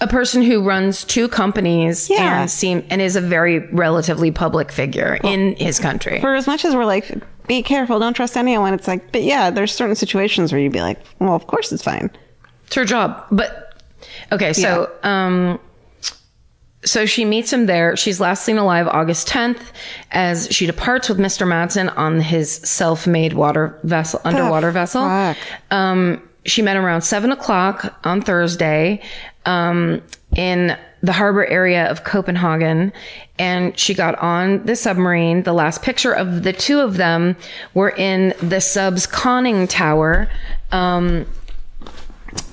S3: a person who runs two companies
S2: Yeah.
S3: and seem and is a very relatively public figure in his country.
S2: For as much as we're like, be careful, don't trust anyone. It's like, but yeah, there's certain situations where you'd be like, well, of course it's fine.
S3: It's her job. But okay, so um so she meets him there. She's last seen alive August 10th as she departs with Mr. Madsen on his self-made water vessel, underwater vessel.
S2: Ah, Oh, fuck?
S3: Um, she met him around seven o'clock on Thursday, um, in the harbor area of Copenhagen. And she got on the submarine. The last picture of the two of them were in the sub's conning tower. Um,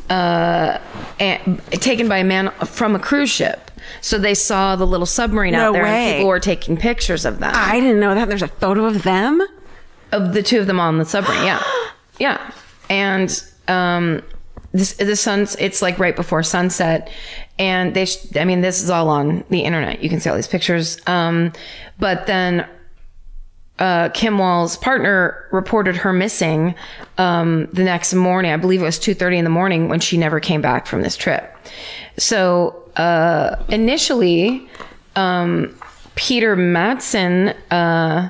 S3: uh, and, taken by a man from a cruise ship. So they saw the little submarine out there,
S2: way.
S3: and people were taking pictures of them,
S2: I didn't know that. There's a photo of them.
S3: of the two of them on the submarine. Yeah, yeah. And um, this the sun's it's like right before sunset, and they. Sh- I mean, this is all on the internet. You can see all these pictures. Um, but then uh, Kim Wall's partner reported her missing um, the next morning. I believe it was 2:30 in the morning when she never came back from this trip. So uh, initially, um, Peter Madsen uh,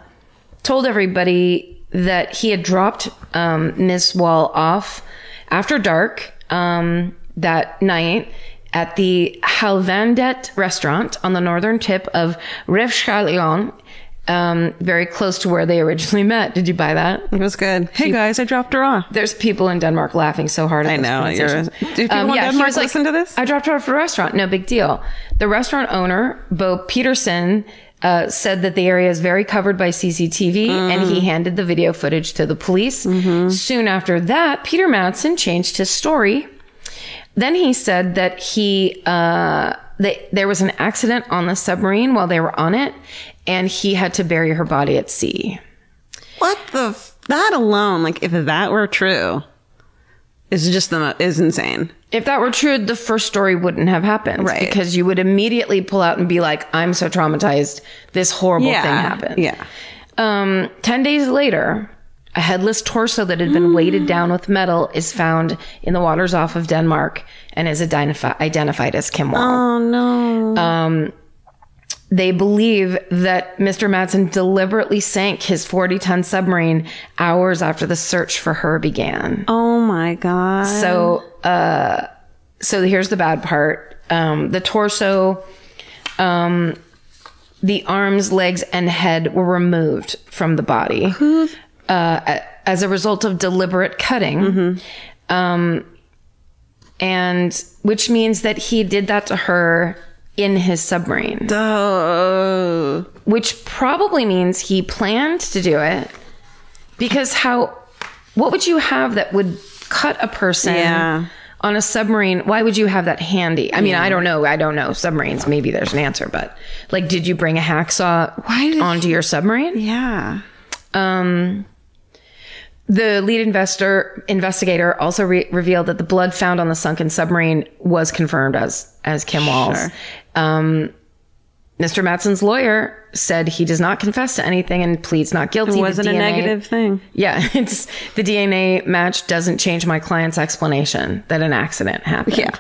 S3: told everybody that he had dropped um, Ms. Wall off after dark um, that night at the Halvandet restaurant on the northern tip of Revschalion, um, very close to where they originally met. Did you buy that?
S2: It was good. Hey guys, I dropped her off.
S3: There's people in Denmark laughing so hard. At
S2: I
S3: this
S2: know, you're-
S3: pronunciation. Um,
S2: do people in
S3: he
S2: Denmark
S3: was
S2: listen to this?
S3: I dropped her off at a restaurant. No big deal. The restaurant owner, Bo Peterson, uh, said that the area is very covered by CCTV, and
S2: Mm.
S3: he handed the video footage to the police.
S2: Mm-hmm.
S3: Soon after that, Peter Madsen changed his story. Then he said that he uh, that there was an accident on the submarine while they were on it, and he had to bury her body at sea.
S6: What the? F- that alone, like if that were true, is just the mo- is insane.
S3: If that were true, the first story wouldn't have happened,
S6: Right.
S3: Because you would immediately pull out and be like, "I'm so traumatized. This horrible thing happened."
S6: Yeah.
S3: Um, 10 days later, a headless torso that had
S6: Mm.
S3: been weighted down with metal is found in the waters off of Denmark and is identifi- identified as Kim Wall. Um,
S6: Oh no.
S3: They believe that Mr. Madsen deliberately sank his 40 ton submarine hours after the search for her began.
S6: Oh my god.
S3: So, uh, so here's the bad part. Um, the torso, um, the arms, legs, and head were removed from the body uh, a- as a result of deliberate cutting. Um, and which means that he did that to her in his submarine,
S6: Oh.
S3: which probably means he planned to do it because how, what would you have that would cut a person?
S6: Yeah.
S3: on a submarine, why would you have that handy? I mean, I don't know. I don't know submarines. Maybe there's an answer, but like, did you bring a hacksaw
S6: Why did
S3: onto your submarine?
S6: Yeah.
S3: Um, the lead investor investigator also re- revealed that the blood found on the sunken submarine was confirmed as as Kim Walls. Um, Mr. Matson's lawyer said he does not confess to anything and pleads not guilty. The
S6: Wasn't a
S3: DNA
S6: negative thing.
S3: yeah, it's the DNA match doesn't change my client's explanation that an accident happened.
S6: Yeah.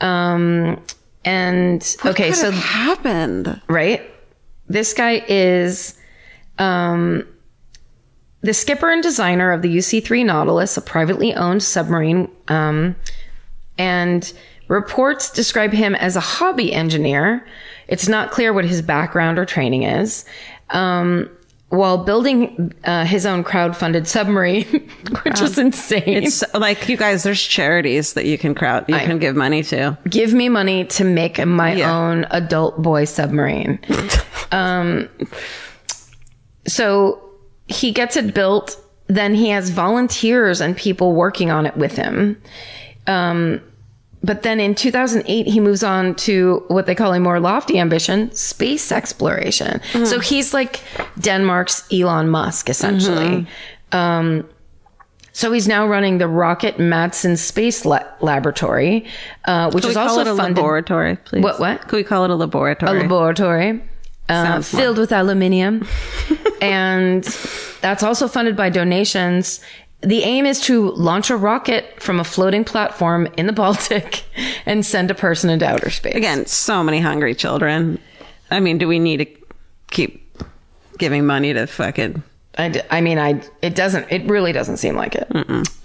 S3: Um and okay,
S6: Could
S3: so
S6: have happened.
S3: right? This guy is um the skipper and designer of the UC3 Nautilus, a privately owned submarine um and reports describe him as a hobby engineer. It's not clear what his background or training is. Um, while building uh, his own crowdfunded submarine, which is insane.
S6: It's like you guys, there's charities that you can crowd, you can give money to.
S3: Give me money to make my
S6: Yeah.
S3: own adult boy submarine. um, so he gets it built. Then he has volunteers and people working on it with him. Um, but then in 2008, he moves on to what they call a more lofty ambition, space exploration.
S6: Mm-hmm.
S3: So he's like Denmark's Elon Musk, essentially.
S6: Mm-hmm.
S3: Um, so he's now running the Rocket Madsen Space La- Laboratory, uh, which
S6: Could we
S3: is
S6: call
S3: also
S6: it a
S3: funded
S6: laboratory, please?
S3: What- what?
S6: Could we call it a laboratory?
S3: laboratory uh,
S6: Sounds smart.
S3: filled with aluminium. and that's also funded by donations. The aim is to launch a rocket from a floating platform in the Baltic and send a person into outer space.
S6: Again, so many hungry children. I mean, do we need to keep giving money to fucking?
S3: I, d- I mean, I it doesn't it really doesn't seem like it.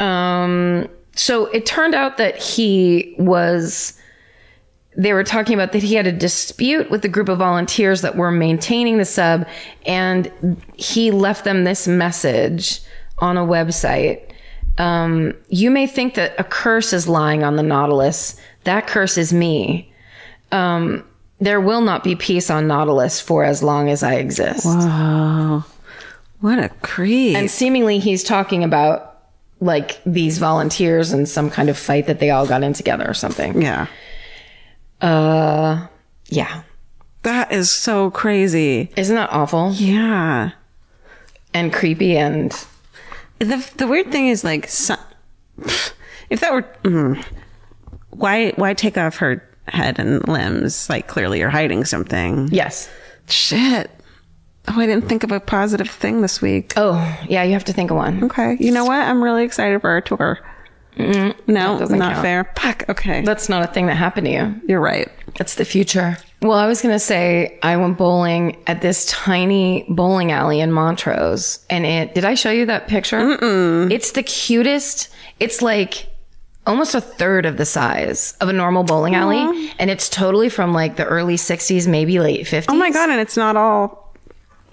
S3: Um, so it turned out that he was. They were talking about that he had a dispute with the group of volunteers that were maintaining the sub, and he left them this message on a website. Um, you may think that a curse is lying on the Nautilus. That curse is me. Um, there will not be peace on Nautilus for as long as I exist.
S6: Oh, what a creep!
S3: And seemingly he's talking about like these volunteers and some kind of fight that they all got in together or something.
S6: yeah,
S3: Uh yeah.
S6: that is so crazy.
S3: Isn't that awful
S6: Yeah.
S3: and creepy and
S6: The the weird thing is like, so, if that were, mm, why why take off her head and limbs? Like clearly you're hiding something.
S3: yes.
S6: Shit. Oh, I didn't think of a positive thing this week.
S3: Oh, yeah, you have to think of one.
S6: Okay. You know what? I'm really excited for our tour. no, not
S3: doesn't count.
S6: fair. Fuck. Okay. Oh
S3: That's not a thing that happened to you.
S6: You're right.
S3: It's the future. Well, I was going to say I went bowling at this tiny bowling alley in Montrose and it did I show you that picture? Mm-mm. It's the cutest. It's like almost a third of the size of a normal bowling alley and it's totally from like the early 60s, maybe late 50s.
S6: Oh my God. And it's not all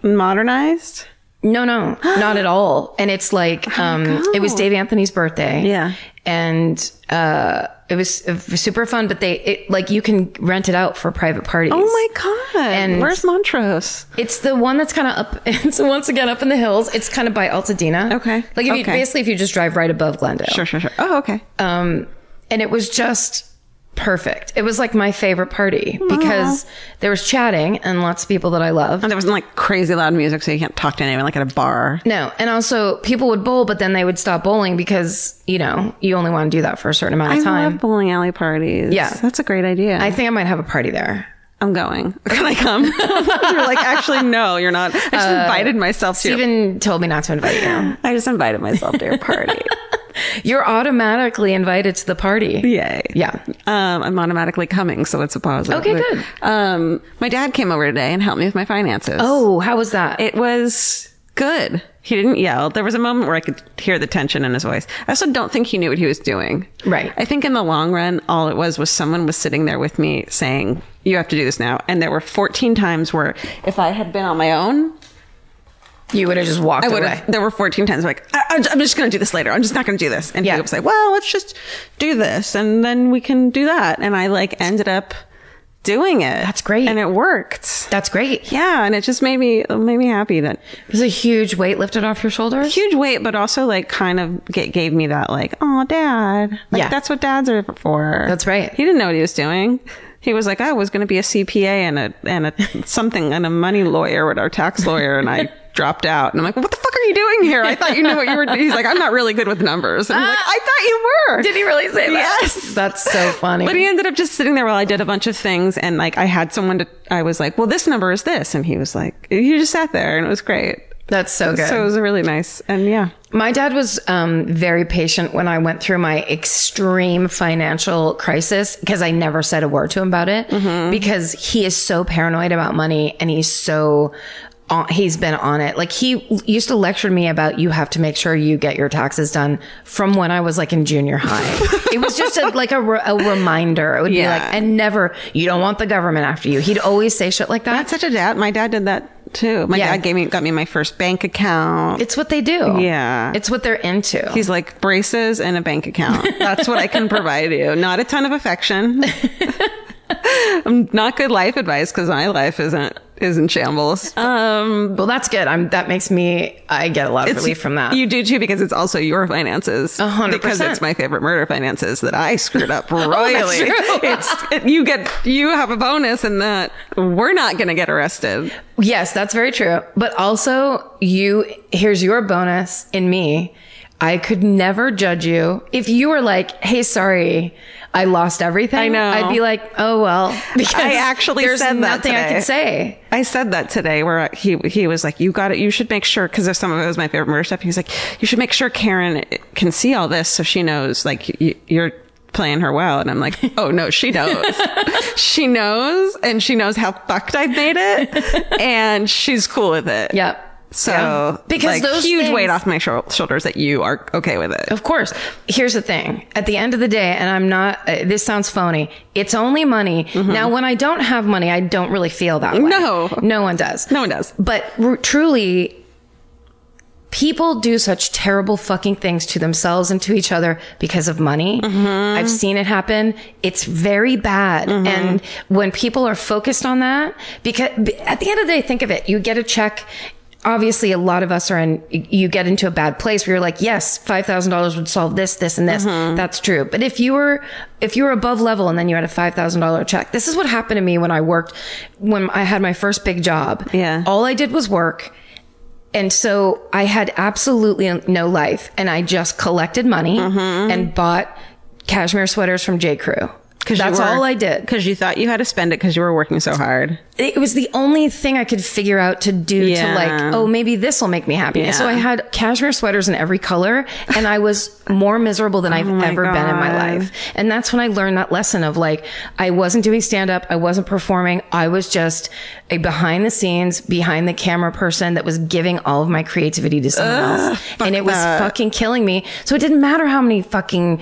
S6: modernized.
S3: No, no, not at all. And it's like, um, it was Dave Anthony's birthday.
S2: Yeah.
S3: And, uh, it was, it was super fun, but they, it, like, you can rent it out for private parties.
S2: Oh my god!
S3: And-
S2: Where's Montrose?
S3: It's the one that's kind of up, it's once again up in the hills. It's kind of by Altadena.
S2: Okay.
S3: Like, if you,
S2: Okay.
S3: basically, if you just drive right above Glendale.
S2: Sure, sure, sure. Oh, okay.
S3: Um, and it was just perfect. It was like my favorite party because there was chatting and lots of people that I love.
S2: and there wasn't like crazy loud music, so you can't talk to anyone like at a bar.
S3: No, and also people would bowl, but then they would stop bowling because you know you only want to do that for a certain amount
S2: I
S3: of time.
S2: love bowling alley parties.
S3: Yeah.
S2: that's a great idea.
S3: I think I might have a party there.
S2: I'm going. Can I come? you're like, actually, no, you're not. I just invited myself to. Your,
S3: Uh, Steven told me not to invite you.
S2: I just invited myself to your party.
S3: You're automatically invited to the party.
S2: Yay.
S3: Yeah.
S2: Um, I'm automatically coming, so that's a positive.
S3: Okay, good.
S2: Um, my dad came over today and helped me with my finances.
S3: Oh, how was that?
S2: It was good. He didn't yell. There was a moment where I could hear the tension in his voice. I also don't think he knew what he was doing.
S3: Right.
S2: I think in the long run, all it was was someone was sitting there with me saying, You have to do this now. And there were 14 times where if I had been on my own,
S3: you would have just walked
S2: I would
S3: away.
S2: have. There were 14 times like, I, I'm I'm just going to do this later. I'm just not going to do this. And
S3: Yeah.
S2: he was like, well, let's just do this and then we can do that. And I like ended up doing it.
S3: That's great.
S2: And it worked.
S3: That's great.
S2: Yeah. And it just made me, it made me happy that
S3: It was a huge weight lifted off your shoulders.
S2: huge weight, but also like kind of get, gave me that like, oh, dad. Like,
S3: Yeah.
S2: That's what dads are for.
S3: That's right.
S2: He didn't know what he was doing. He was like, I was going to be a CPA and a, and a something and a money lawyer and our tax lawyer. And I dropped out and I'm like, what the fuck are you doing here? I thought you knew what you were doing. He's like, I'm not really good with numbers. And I'm like, I thought you were.
S3: Uh, Did he really say that?
S2: Yes.
S3: That's so funny.
S2: But he ended up just sitting there while I did a bunch of things. And like, I had someone to, I was like, well, this number is this. And he was like, he just sat there and it was great.
S3: That's so good.
S2: So it was really nice. And yeah.
S3: My dad was um, very patient when I went through my extreme financial crisis because I never said a word to him about it
S2: Mm-hmm.
S3: because he is so paranoid about money and he's so. On, he's been on it. Like he used to lecture me about you have to make sure you get your taxes done from when I was like in junior high. it was just a, like a, re- a reminder. It would
S2: Yeah.
S3: be like, and never, you don't want the government after you. He'd always say shit like that.
S2: That's such a dad. My dad did that too. My
S3: Yeah.
S2: dad gave me got me my first bank account.
S3: it's what they do.
S2: Yeah.
S3: It's what they're into.
S2: He's like braces and a bank account. That's what I can provide you. Not a ton of affection. I'm not good life advice because my life isn't is in shambles. Um,
S3: Well, that's good. I'm that makes me I get a lot of relief from that.
S2: You do too because it's also your finances.
S3: hundred
S2: Because
S3: percent. Oh,
S2: it's my favorite murder finances that I screwed up royally.
S3: true.
S2: It's it, you get you have a bonus in that we're not going to get arrested.
S3: yes, that's very true. But also, you here's your bonus in me. I could never judge you if you were like, "Hey, sorry, I lost everything." I
S2: know.
S3: I'd be like, "Oh well," because
S2: I actually
S3: there's
S2: said that
S3: nothing I
S2: today.
S3: could say.
S2: I said that today where he he was like, "You got it. You should make sure because if some of it was my favorite murder stuff, he was like, "You should make sure Karen can see all this so she knows like you, you're playing her well." And I'm like, "Oh no, she knows. she knows, and she knows how fucked I've made it, and she's cool with it."
S3: Yep.
S2: So
S3: Yeah.
S2: because
S3: Because
S2: like,
S3: those
S2: huge weight
S3: things-
S2: off my shou- shoulders that you are okay with it.
S3: Of course. Here's the thing. At the end of the day, and I'm not, uh, this sounds phony. It's only money. Now, when I don't have money, I don't really feel that way.
S2: No.
S3: Mm-hmm. No one does.
S2: No one does.
S3: But r- truly, people do such terrible fucking things to themselves and to each other because of money. I've seen it happen. It's very bad. And when people are focused on that, because b- at the end of the day, think of it. You get a check. Obviously, a lot of us are in, you get into a bad place where you're like, yes, $5,000 would solve this, this, and this. That's true. But if you were, if you were above level and then you had a $5,000 check, this is what happened to me when I worked, when I had my first big job.
S2: Yeah.
S3: All I did was work. And so I had absolutely no life and I just collected money and bought cashmere sweaters from J. Crew. That's all I did.
S2: because you thought you had to spend it because you were working so hard.
S3: It was the only thing I could figure out to do
S2: Yeah.
S3: to like, oh, maybe this will make me happy. And So
S2: Yeah.
S3: I had cashmere sweaters in every color and I was more miserable than I've ever been in my
S2: Oh God.
S3: life. And that's when I learned that lesson of like, I wasn't doing stand up. I wasn't performing. I was just a behind the scenes, behind the camera person that was giving all of my creativity to someone else. And it was fucking killing me. So it didn't matter how many fucking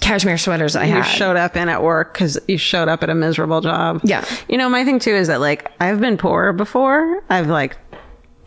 S3: cashmere sweaters I
S2: you
S3: had.
S2: showed up in at work because you showed up at a miserable job.
S3: Yeah.
S2: You know, my thing too is that like I've been poor before. I've like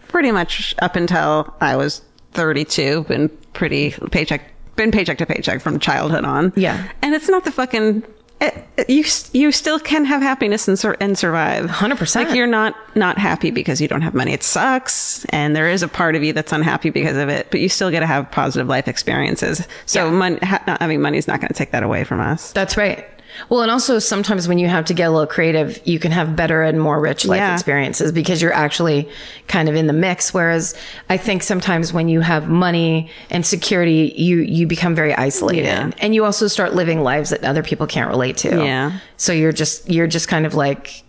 S2: pretty much up until I was 32, been pretty paycheck, been paycheck to paycheck from childhood on.
S3: Yeah.
S2: And it's not the fucking, it, it- you, s- you still can have happiness and, sur- and survive.
S3: 100%.
S2: Like you're not, not happy because you don't have money. It sucks. And there is a part of you that's unhappy because of it, but you still get to have positive life experiences. So mon- ha- not having money is not going to take that away from us.
S3: That's right. Well, and also sometimes when you have to get a little creative, you can have better and more rich life
S2: Yeah.
S3: experiences because you're actually kind of in the mix. Whereas I think sometimes when you have money and security, you you become very isolated,
S2: Yeah.
S3: and you also start living lives that other people can't relate to.
S2: Yeah.
S3: So you're just you're just kind of like,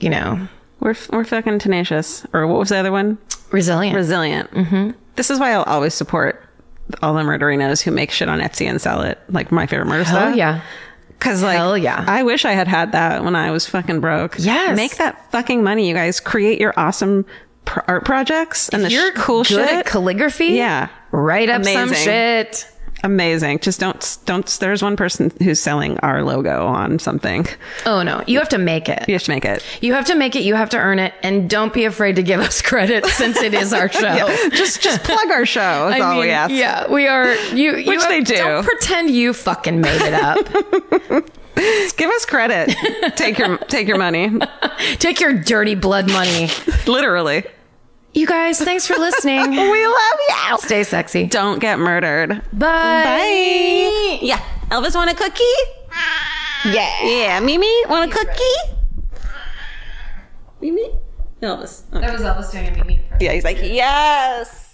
S3: you know,
S2: We're, f- we're fucking tenacious. Or what was the other one?
S3: resilient.
S2: resilient. Mm-hmm. This is why I'll always support all the murderinos who make shit on Etsy and sell it. Like my favorite murder
S3: oh
S2: stuff.
S3: yeah.
S2: Cause like,
S3: Hell yeah.
S2: I wish I had had that when I was fucking broke.
S3: Yes.
S2: Make that fucking money, you guys. Create your awesome pr- art projects and the
S3: You're
S2: sh- cool
S3: good
S2: shit.
S3: at calligraphy.
S2: Yeah.
S3: Write up some
S2: Amazing.
S3: shit.
S2: Amazing. Just don't, don't, there's one person who's selling our logo on something.
S3: Oh no, you have to make it.
S2: You have to make it.
S3: You have to make it, you have to earn it, and don't be afraid to give us credit since it is our show.
S2: Just, just plug our show. That's
S3: I
S2: all we
S3: mean,
S2: ask.
S3: Yeah, we are. You, you
S2: Which
S3: have-
S2: they do.
S3: Don't pretend you fucking made it up.
S2: Give us credit. take your, take your money.
S3: Take your dirty blood money.
S2: Literally.
S3: You guys, thanks for listening.
S2: We love you.
S3: Stay sexy.
S2: Don't get murdered.
S3: Bye.
S2: Yeah. Elvis want a cookie? Yeah. Yeah. Mimi want a cookie? Mimi? Elvis. That was Elvis doing a Mimi. Yeah, he's like, yes.